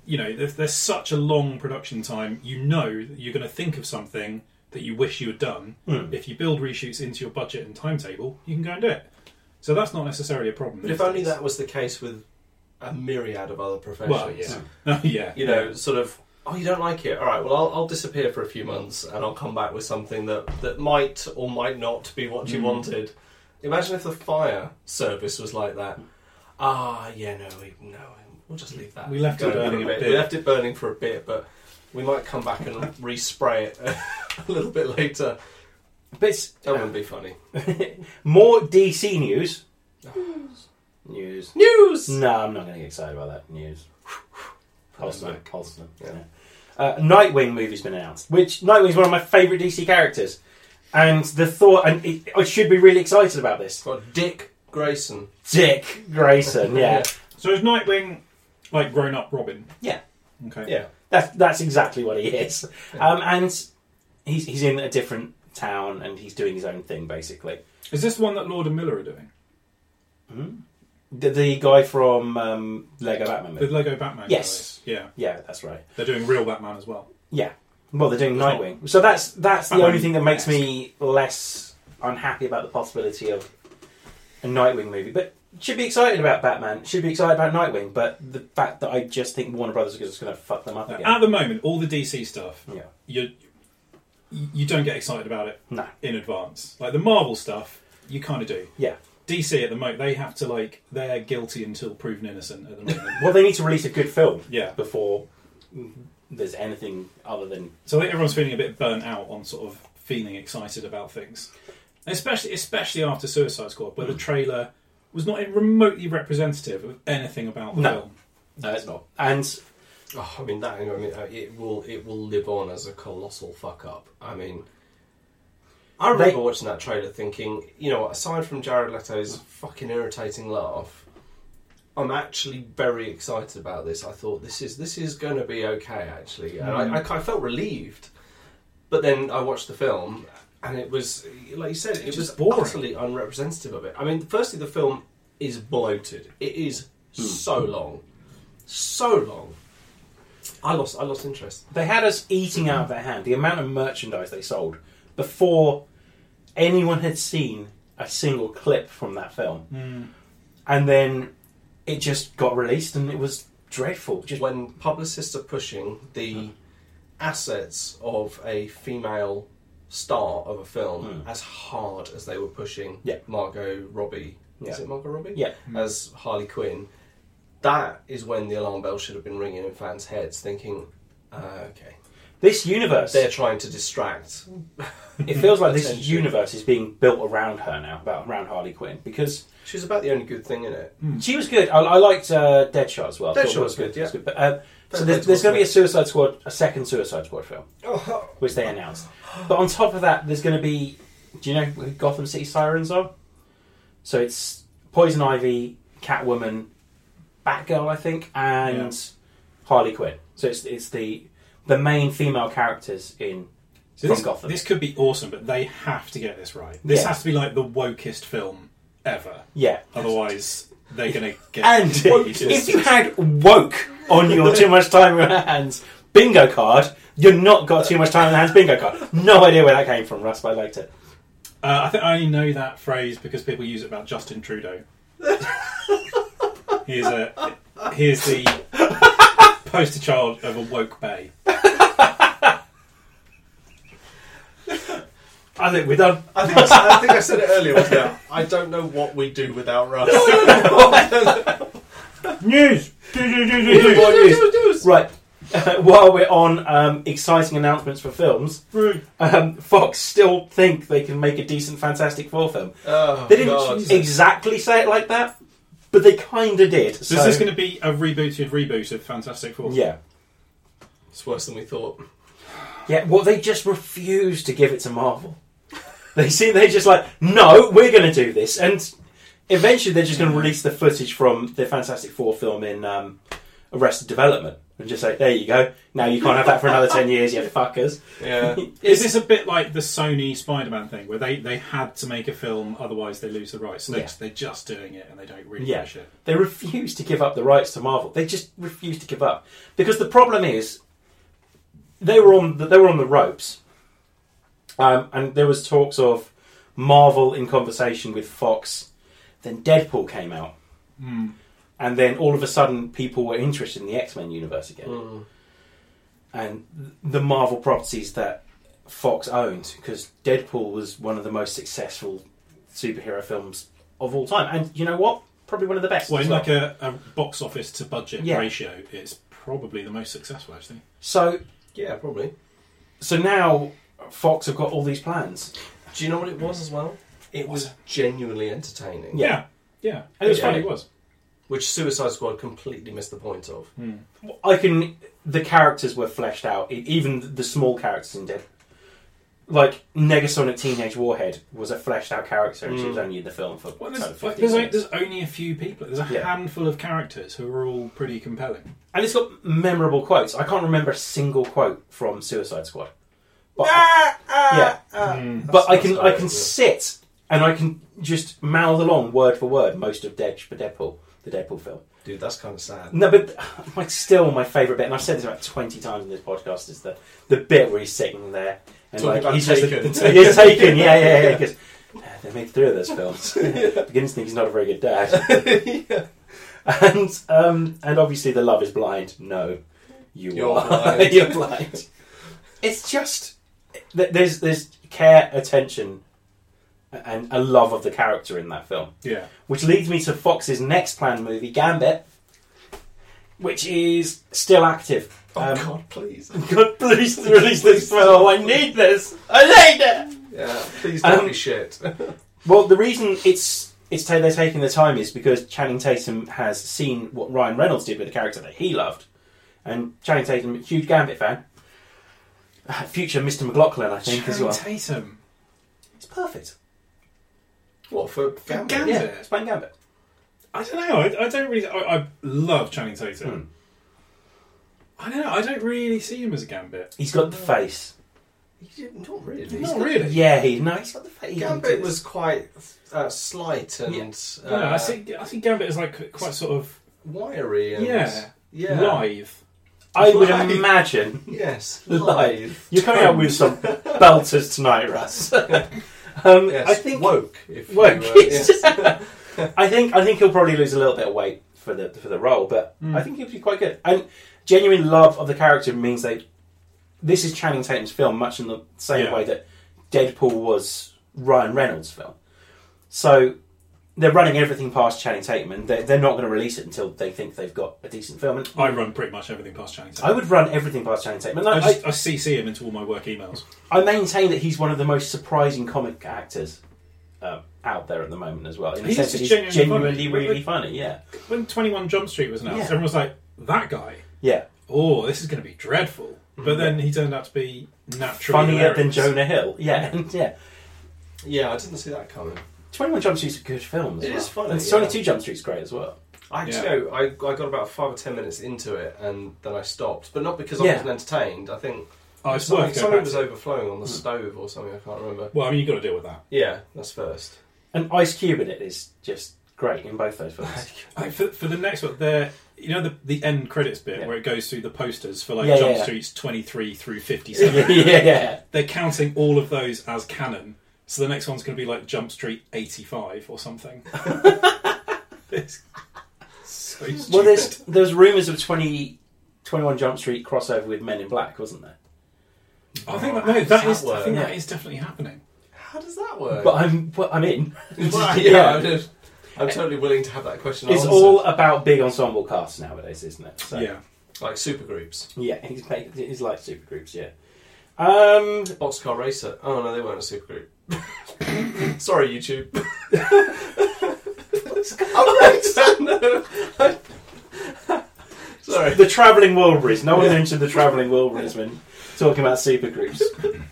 Speaker 3: you know, there's, there's such a long production time. You know that you're going to think of something that you wish you had done. If you build reshoots into your budget and timetable, you can go and do it. So that's not necessarily a problem.
Speaker 2: But if
Speaker 3: these
Speaker 2: only
Speaker 3: days.
Speaker 2: that was the case with a myriad of other professions.
Speaker 3: Well, yeah, yeah,
Speaker 2: You know, sort of. Oh, you don't like it? All right. Well, I'll, I'll disappear for a few months, and I'll come back with something that that might or might not be what you
Speaker 3: Hmm.
Speaker 2: wanted. Imagine if the fire service was like that. Ah, yeah, no, we no, we'll just leave that.
Speaker 3: We left it
Speaker 2: Go for
Speaker 3: burning a
Speaker 2: bit.
Speaker 3: bit.
Speaker 2: We left it burning for a bit, but we might come back and respray it a little bit later.
Speaker 1: But it's, um,
Speaker 2: That wouldn't be funny.
Speaker 1: more DC news. news.
Speaker 2: News.
Speaker 3: Hmm.
Speaker 1: No, I'm not going to get excited about that news. Constant, constant.
Speaker 2: Yeah.
Speaker 1: Yeah. Uh, Nightwing movie's been announced, which Nightwing's one of my favourite DC characters, and the thought, and it, I should be really excited about this.
Speaker 2: Got Dick Grayson.
Speaker 1: Dick Grayson, yeah,
Speaker 3: So is Nightwing like grown-up Robin?
Speaker 1: Yeah.
Speaker 3: Okay.
Speaker 2: Yeah.
Speaker 1: that's that's exactly what he is. Um, and he's he's in a different town and he's doing his own thing basically.
Speaker 3: Is this one that Lord and Miller are doing?
Speaker 1: The, the guy from um, Lego Batman,
Speaker 3: The
Speaker 1: movie.
Speaker 3: Lego Batman.
Speaker 1: Yes.
Speaker 3: guys? Yeah,
Speaker 1: yeah, that's right.
Speaker 3: they're doing real Batman as well.
Speaker 1: Well, they're doing Nightwing, so that's that's the only thing that makes
Speaker 3: Batman-esque.
Speaker 1: me less unhappy about the possibility of a Nightwing movie. But should be excited about Batman. Should be excited about Nightwing. But the fact that I just think Warner Brothers is just going to fuck them up again.
Speaker 3: At the moment, all the DC stuff,
Speaker 1: Yeah.
Speaker 3: you you don't get excited about it
Speaker 1: No.
Speaker 3: in advance. Like the Marvel stuff, you kind of do.
Speaker 1: Yeah.
Speaker 3: DC at the moment, they have to like they're guilty until proven innocent at the moment.
Speaker 1: Well, they need to release a good film
Speaker 3: yeah,
Speaker 1: before there's anything other than
Speaker 3: so I think everyone's feeling a bit burnt out on sort of feeling excited about things, especially especially after Suicide Squad, where the
Speaker 1: Hmm.
Speaker 3: trailer was not remotely representative of anything about the
Speaker 1: No.
Speaker 3: film.
Speaker 1: no, it's not. And
Speaker 2: Oh, I mean that. I mean, uh, it will it will live on as a colossal fuck up. I mean, I remember
Speaker 1: They-
Speaker 2: watching that trailer, thinking, you know, what, aside from Jared Leto's fucking irritating laugh, I'm actually very excited about this. I thought this is this is going to be okay, actually, and I, I, I felt relieved. But then I watched the film, and it was like you said, it
Speaker 3: Just
Speaker 2: was
Speaker 3: boring.
Speaker 2: utterly unrepresentative of it. I mean, firstly, the film is bloated. It is so long, so long. I lost I lost interest.
Speaker 1: they had us eating out of their hand. The amount of merchandise they sold before anyone had seen a single clip from that film,
Speaker 2: Hmm.
Speaker 1: and then it just got released and it was dreadful. Just
Speaker 2: When publicists are pushing the assets of a female star of a film as hard as they were pushing
Speaker 1: Yeah.
Speaker 2: Margot Robbie, is
Speaker 1: Yeah.
Speaker 2: it Margot Robbie?
Speaker 1: yeah,
Speaker 2: As Harley Quinn, that is when the alarm bell should have been ringing in fans' heads, thinking, uh, okay,
Speaker 1: this universe.
Speaker 2: they're trying to distract.
Speaker 1: It feels like this
Speaker 2: Attention.
Speaker 1: universe is being built around her now, about around Harley Quinn, because
Speaker 2: She's about the only good thing in it.
Speaker 1: she was good. I, I liked uh, Deadshot as well. I thought
Speaker 2: Hmm. Deadshot
Speaker 1: it
Speaker 2: was good,
Speaker 1: it was
Speaker 2: yeah.
Speaker 1: But, uh, so
Speaker 2: Fair play
Speaker 1: there's,
Speaker 2: to
Speaker 1: there's going to be
Speaker 2: Will
Speaker 1: a Suicide Squad, a second Suicide Squad film.
Speaker 2: Oh,
Speaker 1: which they announced. But on top of that, there's going to be. Do you know who Gotham City Sirens are? So it's Poison Ivy, Catwoman, Batgirl, I think, and Harley Quinn. So it's it's the the main female characters in
Speaker 3: So
Speaker 1: from
Speaker 3: this,
Speaker 1: Gotham.
Speaker 3: this could be awesome, but they have to get this right. This
Speaker 1: Yeah.
Speaker 3: has to be like the wokest film ever.
Speaker 1: yeah.
Speaker 3: Otherwise, they're gonna get.
Speaker 1: And if you had woke on your too much time on your hands bingo card, you're not got too much time on your hands bingo card. No idea where that came from, Russ, but I liked it.
Speaker 3: Uh, I think I only know that phrase because people use it about Justin Trudeau. here's a here's the poster child of a woke bay.
Speaker 1: I think we're done.
Speaker 2: I think I, said, I think I said it earlier. Wasn't I? I don't know what we do without Russ.
Speaker 3: News.
Speaker 1: What news? Right. while we're on um, exciting announcements for films, um, Fox still think they can make a decent Fantastic Four film.
Speaker 2: Oh,
Speaker 1: They didn't
Speaker 2: God.
Speaker 1: exactly say it like that, but they kind of did.
Speaker 3: So
Speaker 1: So
Speaker 3: is this going to be a rebooted reboot of Fantastic Four?
Speaker 1: Yeah.
Speaker 2: It's worse than we thought.
Speaker 1: Yeah, well, they just refuse to give it to Marvel. They see, they're just like, no, we're going to do this. And eventually they're just going to release the footage from the Fantastic Four film in um, Arrested Development and just say, there you go. Now you can't have that for another 10 years, you fuckers.
Speaker 2: Yeah.
Speaker 3: Is this a bit like the Sony Spider-Man thing, where they, they had to make a film, otherwise they lose the rights? So they-
Speaker 1: Yeah.
Speaker 3: they're just doing it and they don't really
Speaker 1: Yeah.
Speaker 3: give a shit.
Speaker 1: They refuse to give up the rights to Marvel. They just refuse to give up because the problem is they were on the, they were on the ropes, um, and there was talks of Marvel in conversation with Fox. Then Deadpool came out,
Speaker 3: Mm.
Speaker 1: and then all of a sudden people were interested in the X Men universe again
Speaker 2: Mm.
Speaker 1: and the Marvel properties that Fox owned because Deadpool was one of the most successful superhero films of all time, and you know what? Probably one of the best.
Speaker 3: Well,
Speaker 1: as
Speaker 3: in
Speaker 1: well.
Speaker 3: like a, a box office to budget
Speaker 1: Yeah.
Speaker 3: ratio, it's probably the most successful, actually.
Speaker 1: so
Speaker 2: Yeah, probably.
Speaker 1: So now Fox have got all these plans.
Speaker 2: Do you know what it was as well? It was genuinely entertaining.
Speaker 1: Yeah.
Speaker 3: yeah. Yeah. And it was
Speaker 2: Yeah.
Speaker 3: funny, it was.
Speaker 2: Which Suicide Squad completely missed the point of.
Speaker 1: I can. The characters were fleshed out. e- Even the small characters in Dead. Like Negasonic Teenage Warhead was a fleshed out character, and she was
Speaker 2: Mm.
Speaker 1: only in the film for
Speaker 3: Well,
Speaker 1: sort
Speaker 3: there's,
Speaker 1: of
Speaker 3: like,
Speaker 1: 15
Speaker 3: there's, like,
Speaker 1: minutes.
Speaker 3: there's only a few people. There's a
Speaker 1: Yeah.
Speaker 3: handful of characters who are all pretty compelling.
Speaker 1: and it's got memorable quotes. I can't remember a single quote from Suicide Squad, but
Speaker 3: Ah,
Speaker 1: yeah,
Speaker 3: Mm.
Speaker 1: but I can
Speaker 2: that's
Speaker 1: I
Speaker 2: how
Speaker 1: can
Speaker 2: it is.
Speaker 1: sit and I can just mouth along word for word most of Dead for Deadpool, the Deadpool film.
Speaker 2: Dude, that's kind of sad.
Speaker 1: No, but my, still my favourite bit, and I've said this about twenty times in this podcast, is the the bit where he's sitting there and
Speaker 2: Talking about
Speaker 1: he's just-
Speaker 2: Taken.
Speaker 1: he's taken, yeah, yeah, yeah. Because they make three of those films. Begins to think he's not a very good dad,
Speaker 2: yeah.
Speaker 1: and um, and obviously the love is blind. No, you
Speaker 2: You're
Speaker 1: are.
Speaker 2: blind.
Speaker 1: You're blind. It's just th- there's there's care, attention, and a love of the character in that film.
Speaker 3: Yeah.
Speaker 1: Which leads me to Fox's next planned movie, Gambit, which is still active.
Speaker 2: Oh,
Speaker 1: Um,
Speaker 2: God, please.
Speaker 1: God, please release this film. I need this. I need it.
Speaker 2: Yeah, please don't
Speaker 1: Um,
Speaker 2: be shit.
Speaker 1: Well, the reason it's it's ta- they're taking the time is because Channing Tatum has seen what Ryan Reynolds did with a character that he loved, and Channing Tatum, huge Gambit fan, Uh, future Mr. McLaughlin, I think, as
Speaker 3: Channing
Speaker 1: well.
Speaker 3: Tatum.
Speaker 1: It's perfect.
Speaker 2: what, for
Speaker 3: Gambit?
Speaker 2: gambling?
Speaker 1: Yeah,
Speaker 3: it?
Speaker 1: it's playing Gambit.
Speaker 3: I don't know. I, I don't really. I, I love Channing Tatum. I don't know. I don't really see him as a Gambit.
Speaker 1: He's got the face.
Speaker 2: You- Not really.
Speaker 3: Not really.
Speaker 1: Yeah, he no, he's got the face.
Speaker 2: Gambit was quite uh, slight and
Speaker 3: I, don't know,
Speaker 2: uh,
Speaker 3: I see. I see Gambit as like quite sort of
Speaker 2: wiry and
Speaker 3: yeah,
Speaker 2: yeah.
Speaker 3: lithe.
Speaker 1: I would
Speaker 2: Live.
Speaker 1: imagine
Speaker 2: Yes,
Speaker 1: Lithe.
Speaker 2: lithe.
Speaker 1: You're coming out with some belters tonight, Russ. um,
Speaker 2: Yes,
Speaker 1: I think
Speaker 2: woke. If
Speaker 1: woke.
Speaker 2: You, uh, yes.
Speaker 1: I think I think he'll probably lose a little bit of weight for the for the role, but
Speaker 3: Mm.
Speaker 1: I think he'll be quite good. And genuine love of the character means that this is Channing Tatum's film, much in the same
Speaker 3: Yeah.
Speaker 1: way that Deadpool was Ryan Reynolds' film. So they're running everything past Channing Tatum, and they're, they're not going to release it until they think they've got a decent film. And
Speaker 3: I run pretty much everything past Channing Tatum.
Speaker 1: I would run everything past Channing Tatum. And
Speaker 3: I,
Speaker 1: I,
Speaker 3: just, I CC him into all my work emails.
Speaker 1: I maintain that he's one of the most surprising comic actors um, out there at the moment as well. In the
Speaker 3: He's
Speaker 1: sense that
Speaker 3: just
Speaker 1: he's genuinely,
Speaker 3: genuinely funny.
Speaker 1: really funny. Yeah,
Speaker 3: When Twenty One Jump Street was announced,
Speaker 1: Yeah.
Speaker 3: everyone was like, "That guy.
Speaker 1: yeah,
Speaker 3: Oh, this is going to be dreadful." But then he turned out to be naturally
Speaker 1: funnier than
Speaker 3: hilarious.
Speaker 1: Jonah Hill. Yeah, and yeah.
Speaker 2: yeah, I didn't see that coming.
Speaker 1: Twenty One Jump Street's a good film. As
Speaker 2: It
Speaker 1: well.
Speaker 2: is funny,
Speaker 1: And
Speaker 2: yeah.
Speaker 1: Twenty Two Jump Street's great as well.
Speaker 2: I do
Speaker 3: Yeah.
Speaker 2: you know. I, I got about five or ten minutes into it and then I stopped, but not because
Speaker 1: Yeah.
Speaker 2: I wasn't entertained. I think
Speaker 3: Oh, it's
Speaker 2: something,
Speaker 3: worth going
Speaker 2: something
Speaker 3: back.
Speaker 2: was
Speaker 3: to. Hmm.
Speaker 2: overflowing on the stove or something. I can't remember.
Speaker 3: Well, I mean, you got to deal with that.
Speaker 2: Yeah, that's first.
Speaker 1: And Ice Cube in it is just great in both those films.
Speaker 3: I, for, for the next one, there, you know, the, the end credits bit
Speaker 1: Yeah.
Speaker 3: where it goes through the posters for like
Speaker 1: Yeah,
Speaker 3: Jump
Speaker 1: yeah, yeah.
Speaker 3: Streets 23 through
Speaker 1: yeah,
Speaker 3: 57.
Speaker 1: yeah, yeah.
Speaker 3: They're counting all of those as canon. So the next one's going to be like Jump Street 85 or something. it's so stupid.
Speaker 1: Well, there's there's rumours of 20, 21 Jump Street crossover with Men in Black, wasn't there?
Speaker 3: I think
Speaker 1: Oh,
Speaker 3: that,
Speaker 2: How
Speaker 3: no,
Speaker 2: does
Speaker 3: that is, I
Speaker 2: work?
Speaker 3: think
Speaker 1: Yeah.
Speaker 3: that is definitely happening.
Speaker 2: How does that work?
Speaker 1: But I'm but I'm in.
Speaker 2: Well, Oh. yeah,
Speaker 1: Yeah.
Speaker 2: I'm, just- I'm totally willing to have that question
Speaker 1: It's
Speaker 2: answered.
Speaker 1: all about big ensemble casts nowadays, isn't it? So-
Speaker 3: Yeah.
Speaker 2: like supergroups.
Speaker 1: Yeah, he's, made- he's like supergroups, yeah. Um,
Speaker 2: Boxcar Racer. Oh no, they weren't a supergroup. Sorry, YouTube. Alexander. Sorry.
Speaker 1: the Travelling Wilburys. No one mentioned the Travelling Wilburys when talking about supergroups,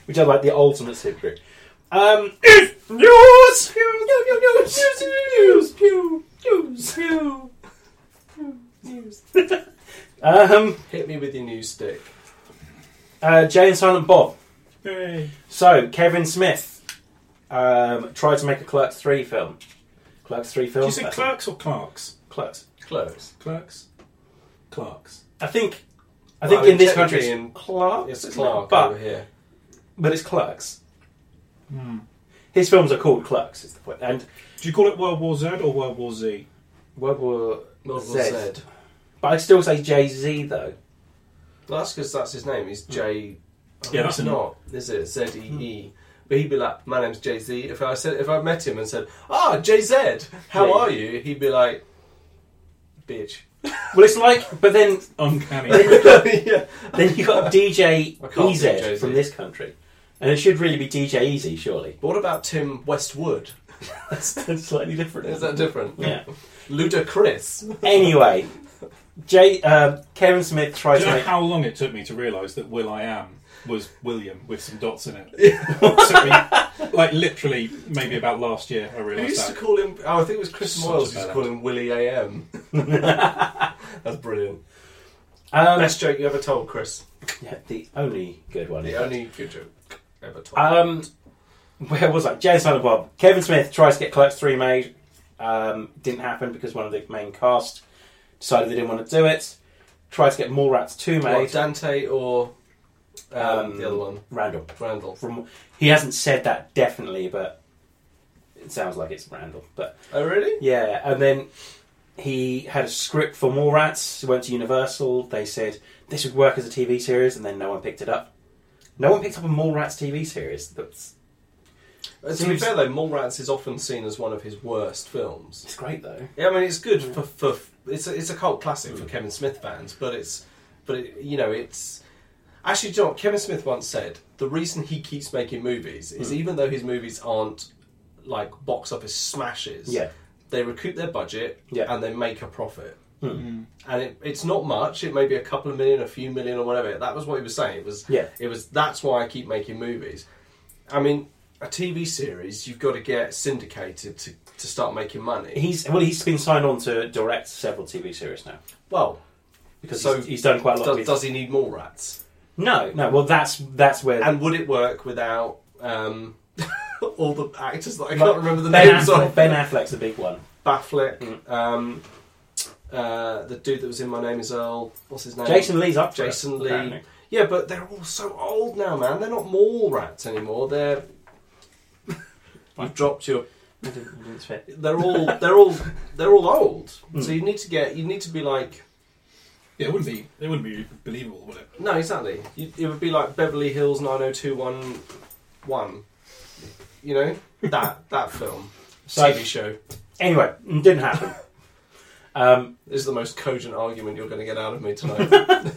Speaker 1: which are like the ultimate supergroup. Um, it's news! News, news, news, news, news, news, news, news. Um,
Speaker 2: Hit me with your new stick.
Speaker 1: uh, Jay and Silent Bob.
Speaker 3: Yay.
Speaker 1: So, Kevin Smith um, tried to make a Clerks 3 film. Clerks 3 film?
Speaker 3: Did you say
Speaker 1: I think.
Speaker 3: clerks or clerks?
Speaker 1: Clerks.
Speaker 2: Close.
Speaker 3: Clerks? Clerks.
Speaker 1: I think, I
Speaker 2: Well,
Speaker 1: think
Speaker 2: mean,
Speaker 1: in this
Speaker 2: technically
Speaker 1: country it's
Speaker 2: in-
Speaker 1: Clark,
Speaker 2: it's Clark
Speaker 1: but,
Speaker 2: over here.
Speaker 1: but it's Clerks.
Speaker 3: Hmm.
Speaker 1: His films are called Clerks, is the point. And
Speaker 3: Do you call it World War Z or World War Z?
Speaker 1: World War
Speaker 2: Not
Speaker 1: Z.
Speaker 2: Z.
Speaker 1: But I still say Jay Z though.
Speaker 2: Well, that's because that's his name. He's J. Oh,
Speaker 3: Hmm. Yeah,
Speaker 2: it's
Speaker 3: that's a- Hmm.
Speaker 2: not. Is it Z E E? But he'd be like, "My name's Jay Z." If I said, if I met him and said, "Ah, Jay Z, how
Speaker 1: Yeah.
Speaker 2: are you?" He'd be like, "Bitch."
Speaker 1: Well, it's like, but then
Speaker 3: Uncanny.
Speaker 2: yeah.
Speaker 1: then you got DJ
Speaker 2: I can't do
Speaker 1: EZ
Speaker 2: Jay-Z.
Speaker 1: from this country, and it should really be DJ Easy, surely.
Speaker 2: But what about Tim Westwood?
Speaker 1: That's, that's slightly different.
Speaker 2: Is that different?
Speaker 1: Yeah.
Speaker 2: Ludacris.
Speaker 1: anyway, Jay um, Kevin Smith
Speaker 3: Do
Speaker 1: tries
Speaker 3: you
Speaker 1: to
Speaker 3: know
Speaker 1: make.
Speaker 3: how long it took me to realise that Will I Am was William with some dots in it? it took me, like literally, maybe about last year I
Speaker 2: Who used to
Speaker 3: realised that.
Speaker 2: call him? Oh, I think it was Chris
Speaker 3: Such
Speaker 2: Moyles.
Speaker 3: a
Speaker 2: Used to
Speaker 3: bad
Speaker 2: call him Willie A M. That's brilliant.
Speaker 1: Um,
Speaker 2: Best joke you ever told, Chris.
Speaker 1: yeah, the only good one.
Speaker 2: The only good joke ever told.
Speaker 1: Um, where was I? Jay and Silent Bob. Kevin Smith tries to get Clerks 3 made. Um, didn't happen because one of the main cast decided they didn't want to do it. Tried to get Mallrats 2
Speaker 2: What,
Speaker 1: made.
Speaker 2: Dante or um,
Speaker 1: Um,
Speaker 2: the other one,
Speaker 1: Randall.
Speaker 2: Randall.
Speaker 1: From He hasn't said that definitely, but it sounds like it's Randall. But
Speaker 2: Oh, really?
Speaker 1: yeah, and then he had a script for Mallrats. He went to Universal. They said this would work as a TV series, and then no one picked it up. No one picked up a Mallrats TV series. That's
Speaker 2: Uh, To be fair though, Mallrats is often seen as one of his worst films.
Speaker 1: it's great though.
Speaker 2: Yeah, I mean it's good for, for it's a, it's a cult classic
Speaker 1: Mm.
Speaker 2: for Kevin Smith fans, but it's but it, you know it's actually John Kevin Smith once said the reason he keeps making movies is
Speaker 1: Mm.
Speaker 2: even though his movies aren't like box office smashes,
Speaker 1: Yeah.
Speaker 2: they recoup their budget
Speaker 1: Yeah. Hmm.
Speaker 2: and they make a profit.
Speaker 3: Mm.
Speaker 2: And it, it's not much. It may be a couple of million, a few million, or whatever. That was what he was saying. It was
Speaker 1: Yeah.
Speaker 2: it was that's why I keep making movies. I mean, a TV series you've got to get syndicated to, to start making money.
Speaker 1: He's well, he's been signed on to direct several TV series now
Speaker 2: Well,
Speaker 1: because
Speaker 2: So,
Speaker 1: he's, he's done quite a lot.
Speaker 2: does,
Speaker 1: with,
Speaker 2: does he need more rats?
Speaker 1: no, no. Well, that's that's where
Speaker 2: And would it work without um, all the actors that I
Speaker 1: Like
Speaker 2: can't remember the
Speaker 1: Ben,
Speaker 2: names
Speaker 1: Affleck, Hmm.
Speaker 2: of?
Speaker 1: ben Affleck's a big one.
Speaker 2: Baffleck, um, uh, the dude that was in My Name Is Earl. What's his name?
Speaker 1: Jason Lee's up. for it,
Speaker 2: Jason Lee.
Speaker 1: apparently.
Speaker 2: Yeah, but they're all so old now, man. They're not mall rats anymore. They're you've dropped your.
Speaker 1: I didn't- I didn't fit.
Speaker 2: They're all they're all they're all old.
Speaker 1: Hmm.
Speaker 2: So you need to get you need to be like
Speaker 3: Yeah, it wouldn't be. It wouldn't be believable, would it?
Speaker 2: no exactly. You, it would be like Beverly Hills nine hundred two one one. You know that that film
Speaker 1: So-
Speaker 2: TV show
Speaker 1: Anyway, it didn't happen. Um,
Speaker 2: is the most cogent argument you're going to get out of me tonight.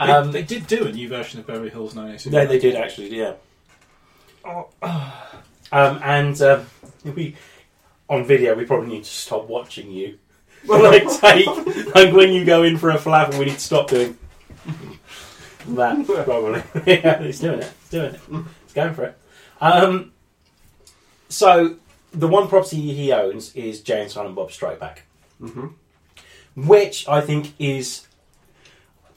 Speaker 3: They,
Speaker 1: um,
Speaker 3: they did do a new version of Beverly Hills 902.
Speaker 1: No, they did actually, yeah.
Speaker 2: Oh.
Speaker 1: Um, and um, we, on video, we probably need to stop watching you. like, take, like when you go in for a falafel, we need to stop doing that. Probably, yeah, it's doing it. It's doing it. It's going for it. Um, so the one property he owns is Jay and Silent Bob Strike Back,
Speaker 2: mm-hmm.
Speaker 1: which I think is,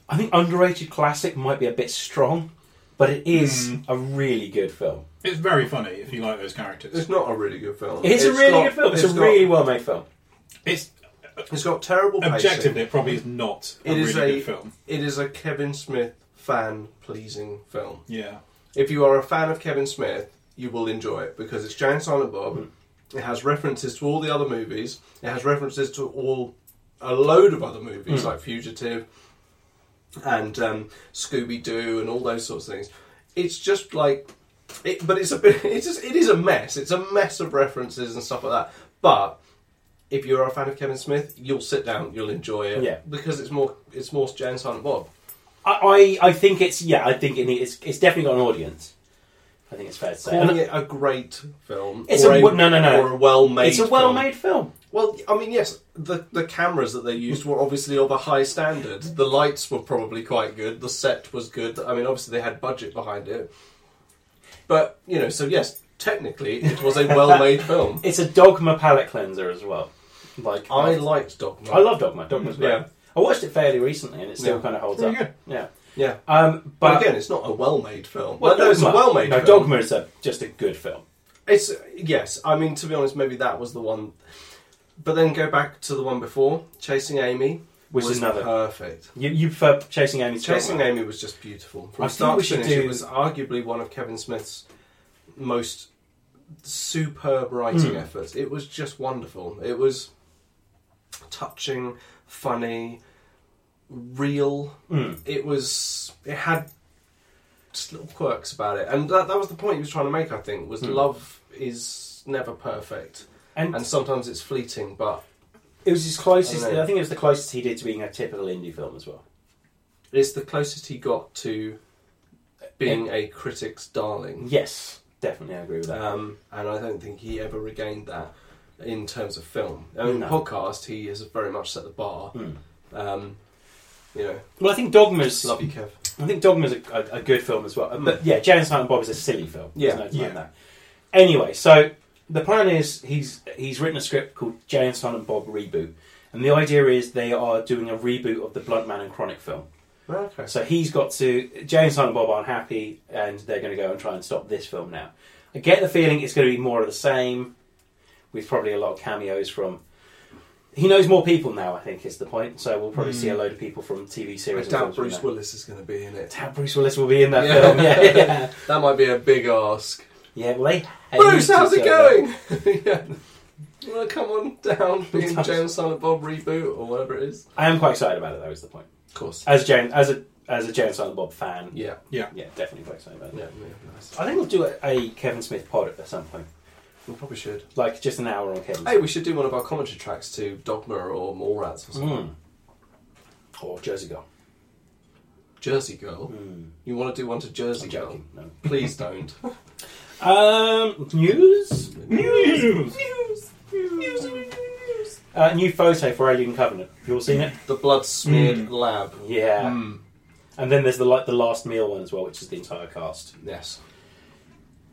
Speaker 1: I think underrated classic might be a bit strong, but it is
Speaker 3: Mm.
Speaker 1: a really good film.
Speaker 3: It's very funny if you like those characters.
Speaker 2: It's not a really good film.
Speaker 1: It's, a really
Speaker 2: got-
Speaker 1: good film. It's, a
Speaker 2: got-
Speaker 1: really well made film.
Speaker 3: It's
Speaker 2: It's got terrible pacing.
Speaker 3: objectively, it probably is not a
Speaker 2: It
Speaker 3: really
Speaker 2: is a-
Speaker 3: good film.
Speaker 2: It is a Kevin Smith fan pleasing film.
Speaker 3: Yeah,
Speaker 2: If you are a fan of Kevin Smith, you will enjoy it because it's Jane Silent Bob. It has references to all the other movies. It has references to all a load of other movies like Fugitive and um, Scooby Doo and all those sorts of things. It's just like, it, but it's a bit. It's just it is a mess. It's a mess of references and stuff like that. But if you're a fan of Kevin Smith, you'll sit down, you'll enjoy it,
Speaker 1: Yeah.
Speaker 2: because it's more it's more Jane Silent Bob.
Speaker 1: I, I, I think it's yeah. I think it, need- it's it's definitely got an audience. I think it's fair to say.
Speaker 2: calling
Speaker 1: And
Speaker 2: it a great film.
Speaker 1: It's
Speaker 2: or
Speaker 1: a- no, no, no.
Speaker 2: Or a well-made.
Speaker 1: it's a well-made film.
Speaker 2: film. Well, I mean, yes, the the cameras that they used were obviously of a high standard. The lights were probably quite good. The set was good. I mean, obviously they had budget behind it. But you know, so yes, technically it was a well-made film.
Speaker 1: It's a Dogma palate cleanser as well. Like
Speaker 2: I liked Dogma.
Speaker 1: I love Dogma. Dogma's great.
Speaker 2: Yeah.
Speaker 1: I watched it fairly recently, and it still
Speaker 2: Yeah.
Speaker 1: kind of holds
Speaker 3: Pretty
Speaker 1: up.
Speaker 3: good.
Speaker 1: Yeah.
Speaker 2: yeah,
Speaker 1: Um,
Speaker 2: but,
Speaker 1: but
Speaker 2: again, it's not a well-made film.
Speaker 1: well,
Speaker 2: Well, no, it's a
Speaker 1: Dogma-
Speaker 2: well-made.
Speaker 1: No,
Speaker 2: film.
Speaker 1: Dogma is a, just a good film.
Speaker 2: It's yes. I mean, to be honest, maybe that was the one. But then go back to the one before, Chasing Amy,
Speaker 1: Which
Speaker 2: was
Speaker 1: is another.
Speaker 2: perfect.
Speaker 1: You, you prefer Chasing Amy? to
Speaker 2: Chasing
Speaker 1: Dogma?
Speaker 2: Amy was just beautiful from
Speaker 1: I think
Speaker 2: start
Speaker 1: we
Speaker 2: to
Speaker 1: should
Speaker 2: finish.
Speaker 1: do-
Speaker 2: It was arguably one of Kevin Smith's most superb writing
Speaker 1: Hmm.
Speaker 2: efforts. It was just wonderful. It was touching, funny, real.
Speaker 1: Mm.
Speaker 2: It was. It had just little quirks about it, and that, that was the point he was trying to make. I think was
Speaker 1: Hmm.
Speaker 2: love is never perfect,
Speaker 1: And,
Speaker 2: and sometimes it's fleeting, but
Speaker 1: it was his closest.
Speaker 2: I
Speaker 1: I,
Speaker 2: know.
Speaker 1: think it was the closest he did to being a typical indie film as well.
Speaker 2: it's the closest he got to being a critic's darling.
Speaker 1: Yes, definitely, I agree with that.
Speaker 2: Um, and I don't think he ever regained that in terms of film. I mean,
Speaker 1: No.
Speaker 2: podcast, he has very much set the bar.
Speaker 1: Mm.
Speaker 2: Um, you know,
Speaker 1: Well, I think Dogma's.
Speaker 2: love you, Kev.
Speaker 1: I think Dogma's a, a, a good film as well. But yeah, Janice Silent Bob is a silly film.
Speaker 2: Yeah.
Speaker 1: There's no
Speaker 3: Yeah.
Speaker 1: denying that. Anyway, so the plan is he's he's written a script called Janice Silent Bob Reboot, and the idea is they are doing a reboot of the Blunt Man and Chronic film.
Speaker 2: Okay.
Speaker 1: So he's got to Jay and Silent Bob aren't happy, and they're going to go and try and stop this film now. I get the feeling it's going to be more of the same, with probably a lot of cameos from. He knows more people now. I think is the point. So we'll probably
Speaker 3: Hmm.
Speaker 1: see a load of people from TV
Speaker 2: I
Speaker 1: series.
Speaker 2: doubt Bruce
Speaker 1: Willis.
Speaker 2: Willis is going to be in it.
Speaker 1: Doubt Bruce Willis will be in that
Speaker 2: Yeah.
Speaker 1: film. Yeah, yeah,
Speaker 2: That might be a big ask.
Speaker 1: yeah. Well, they
Speaker 2: Bruce,
Speaker 1: hate
Speaker 2: how's
Speaker 1: each
Speaker 2: it
Speaker 1: other.
Speaker 2: going? yeah. Well, come on down, being
Speaker 1: Sometimes-
Speaker 2: James Silent Bob reboot or whatever it is.
Speaker 1: I am quite excited about it. That was the point.
Speaker 2: Of course.
Speaker 1: As Jane, as a as a Jay and Silent Bob fan, yeah,
Speaker 2: Yeah.
Speaker 1: definitely quite excited about it.
Speaker 2: Yeah. yeah nice.
Speaker 1: I think we'll do a, a Kevin Smith pod at some point,
Speaker 2: We probably should.
Speaker 1: like just an hour on Kevin.
Speaker 2: Hey, we should do one of our commentary tracks to Dogma or Mallrats or something.
Speaker 1: Mm. Or Oh, Jersey Girl.
Speaker 2: Jersey Girl.
Speaker 1: Mm.
Speaker 2: You want to do one to Jersey
Speaker 1: I'm
Speaker 2: Girl?
Speaker 1: joking. No.
Speaker 2: Please don't.
Speaker 1: Um, news?
Speaker 3: News.
Speaker 1: Uh, new photo for Alien Covenant. Have you all seen it?
Speaker 2: The blood smeared
Speaker 1: Hmm.
Speaker 3: Mm.
Speaker 2: lab.
Speaker 1: Yeah.
Speaker 2: Mm.
Speaker 1: And then there's the like the last meal one as well, which is the entire cast.
Speaker 2: Yes.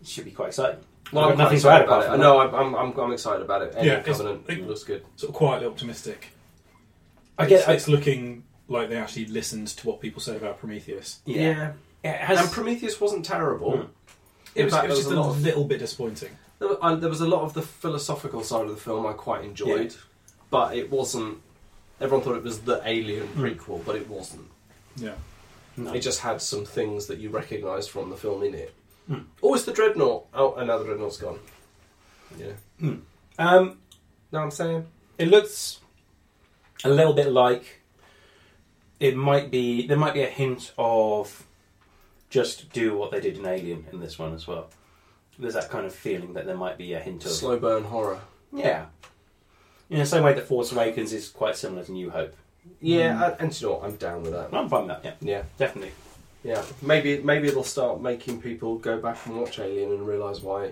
Speaker 1: Should be quite exciting.
Speaker 2: Well,
Speaker 1: I've
Speaker 2: I'm
Speaker 1: got
Speaker 2: nothing
Speaker 1: nothing to add
Speaker 2: excited about
Speaker 1: apart
Speaker 2: it.
Speaker 1: from
Speaker 2: No, I'm, I'm, I'm, I'm excited about it.
Speaker 3: Yeah,
Speaker 2: Alien
Speaker 3: it's-
Speaker 2: Covenant
Speaker 3: it-
Speaker 2: looks good.
Speaker 3: Sort of quietly optimistic.
Speaker 1: I
Speaker 3: It's,
Speaker 1: guess I,
Speaker 3: it's looking like they actually listened to what people said about Prometheus.
Speaker 1: yeah. It has,
Speaker 2: And Prometheus wasn't terrible.
Speaker 1: Mm.
Speaker 2: In
Speaker 3: It was,
Speaker 2: fact, there
Speaker 3: it was
Speaker 2: was
Speaker 3: just
Speaker 2: a
Speaker 3: a,
Speaker 2: lot of-
Speaker 3: little bit disappointing.
Speaker 2: There were- I- there was a lot of the philosophical side of the film I quite enjoyed, but it wasn't. Everyone thought it was the Alien
Speaker 1: Mm.
Speaker 2: prequel, but it wasn't.
Speaker 3: Yeah.
Speaker 1: no.
Speaker 2: It just had some things that you recognised from the film in it.
Speaker 1: Mm.
Speaker 2: Oh, it's the Dreadnought. Oh, another Dreadnought's gone. Yeah.
Speaker 1: um,
Speaker 2: Know what I'm saying?
Speaker 1: it looks a little bit like it might be. There might be a hint of just do what they did in Alien in this one as well. There's that kind of feeling that there might be a hint of
Speaker 2: Slow burn horror.
Speaker 1: Yeah. In the same way that Force Awakens is quite similar to New Hope.
Speaker 2: Yeah, I- and do you know what? I'm down with that.
Speaker 1: I'm fine with that, yeah.
Speaker 2: Mm. Yeah,
Speaker 1: Definitely.
Speaker 2: yeah. Maybe maybe it'll start making people go back and watch Alien and realise why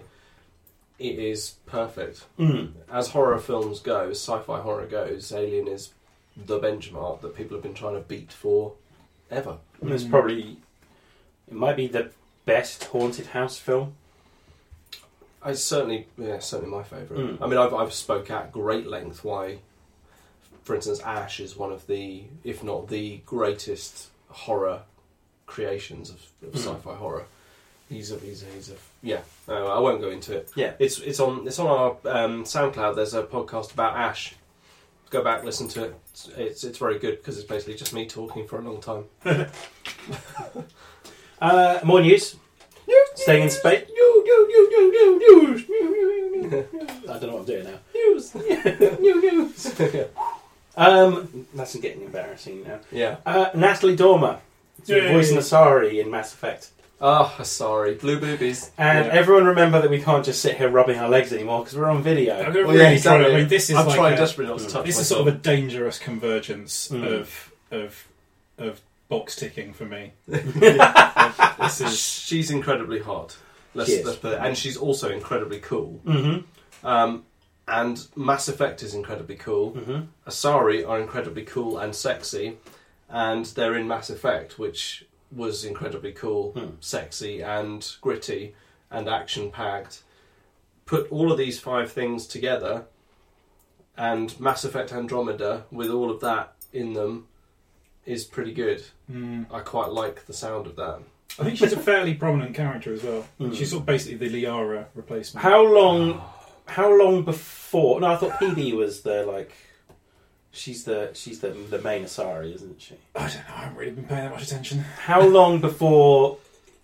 Speaker 2: it is perfect.
Speaker 1: Mm.
Speaker 2: As horror films go, as sci-fi horror goes, Alien is the benchmark that people have been trying to beat for ever.
Speaker 1: And It's
Speaker 3: Mm.
Speaker 1: probably. It might be the best haunted house film.
Speaker 2: It's certainly, yeah, certainly my favourite.
Speaker 3: Hmm.
Speaker 1: Mm.
Speaker 2: I mean, I've, I've spoke at great length why, for instance, Ash is one of the, if not the greatest horror creations of, of
Speaker 1: Mm.
Speaker 3: Hmm.
Speaker 2: sci-fi horror. He's a, he's a, he's a, yeah. No, I won't go into it.
Speaker 1: Yeah.
Speaker 2: It's it's on it's on our um, SoundCloud. There's a podcast about Ash. Go back, listen to it. It's it's, it's very good because it's basically just me talking for a long time.
Speaker 1: Uh, more news. Staying in space. I don't know what I'm doing now. Um, that's getting embarrassing now.
Speaker 2: yeah.
Speaker 1: Uh, Natalie Dormer.
Speaker 3: Yay.
Speaker 1: Voicing Asari in Mass Effect.
Speaker 2: Ah, sorry. Blue boobies.
Speaker 1: And
Speaker 3: Yeah.
Speaker 1: everyone remember that we can't just sit here rubbing our legs anymore because we're on video.
Speaker 3: I'm gonna
Speaker 2: Well, yeah,
Speaker 3: really try
Speaker 2: exactly.
Speaker 3: to- I mean, this is
Speaker 2: I'm
Speaker 3: like
Speaker 2: trying
Speaker 3: a- Hmm.
Speaker 2: desperately not to
Speaker 1: Mm.
Speaker 2: touch
Speaker 3: This is
Speaker 2: myself.
Speaker 3: sort of a dangerous convergence
Speaker 1: Mm.
Speaker 3: of of of box ticking for me. this is
Speaker 2: She's incredibly hot. Let's,
Speaker 1: She is.
Speaker 2: let's put it. And she's also incredibly cool.
Speaker 1: Mm-hmm.
Speaker 2: Um, and Mass Effect is incredibly cool.
Speaker 1: Mm-hmm.
Speaker 2: Asari are incredibly cool and sexy. And they're in Mass Effect, which was incredibly cool,
Speaker 1: Hmm.
Speaker 2: sexy, and gritty, and action packed. put all of these five things together, and Mass Effect Andromeda with all of that in them is pretty good.
Speaker 3: Mm.
Speaker 2: I quite like the sound of that.
Speaker 3: I think she's a fairly prominent character as well.
Speaker 1: Mm.
Speaker 3: She's sort of basically the Liara replacement.
Speaker 1: How long? How long before? No, I thought Phoebe was the like. She's the she's the the main Asari, isn't she?
Speaker 3: I don't know. I haven't really been paying that much attention.
Speaker 1: How long before?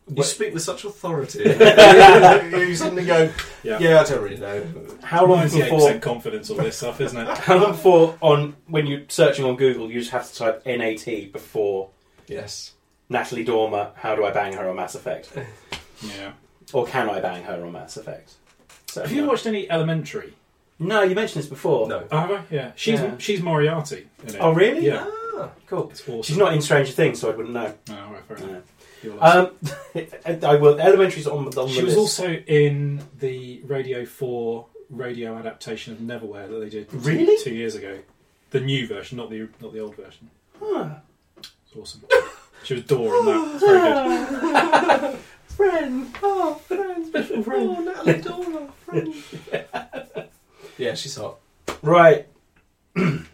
Speaker 2: You
Speaker 1: Wait.
Speaker 2: speak with such authority. you suddenly go,
Speaker 3: Yeah.
Speaker 2: yeah. I don't really know.
Speaker 1: How long
Speaker 3: 98%
Speaker 1: before?
Speaker 3: confidence all this stuff, isn't it?
Speaker 1: How long before on when you're searching on Google, you just have to type NAT before
Speaker 2: Yes.
Speaker 1: Natalie Dormer. How do I bang her on Mass Effect?
Speaker 3: Yeah.
Speaker 1: Or can I bang her on Mass Effect? So,
Speaker 3: Have you watched any Elementary?
Speaker 1: No, you mentioned this before.
Speaker 2: No.
Speaker 3: Oh, have I? Yeah. She's
Speaker 1: Yeah.
Speaker 3: she's Moriarty. In it.
Speaker 1: Oh, really?
Speaker 3: Yeah.
Speaker 2: Ah,
Speaker 1: Cool.
Speaker 3: It's awesome.
Speaker 1: She's not in Stranger Things, so I wouldn't know.
Speaker 3: No, all right, fair enough.
Speaker 1: No.
Speaker 3: You're lost.
Speaker 1: Um, I will. Elementary's on, the- on
Speaker 3: she
Speaker 1: the
Speaker 3: was
Speaker 1: list.
Speaker 3: also in the Radio 4 radio adaptation of Neverwhere that they did
Speaker 1: Really?
Speaker 3: two years ago. The new version, not the not the old version.
Speaker 1: Huh.
Speaker 3: It's awesome. She was Dora in that. It's very good.
Speaker 1: friend. Oh, friend. Special
Speaker 2: oh, Natalie Dormer, friend. yeah, she's hot.
Speaker 1: Right. oh,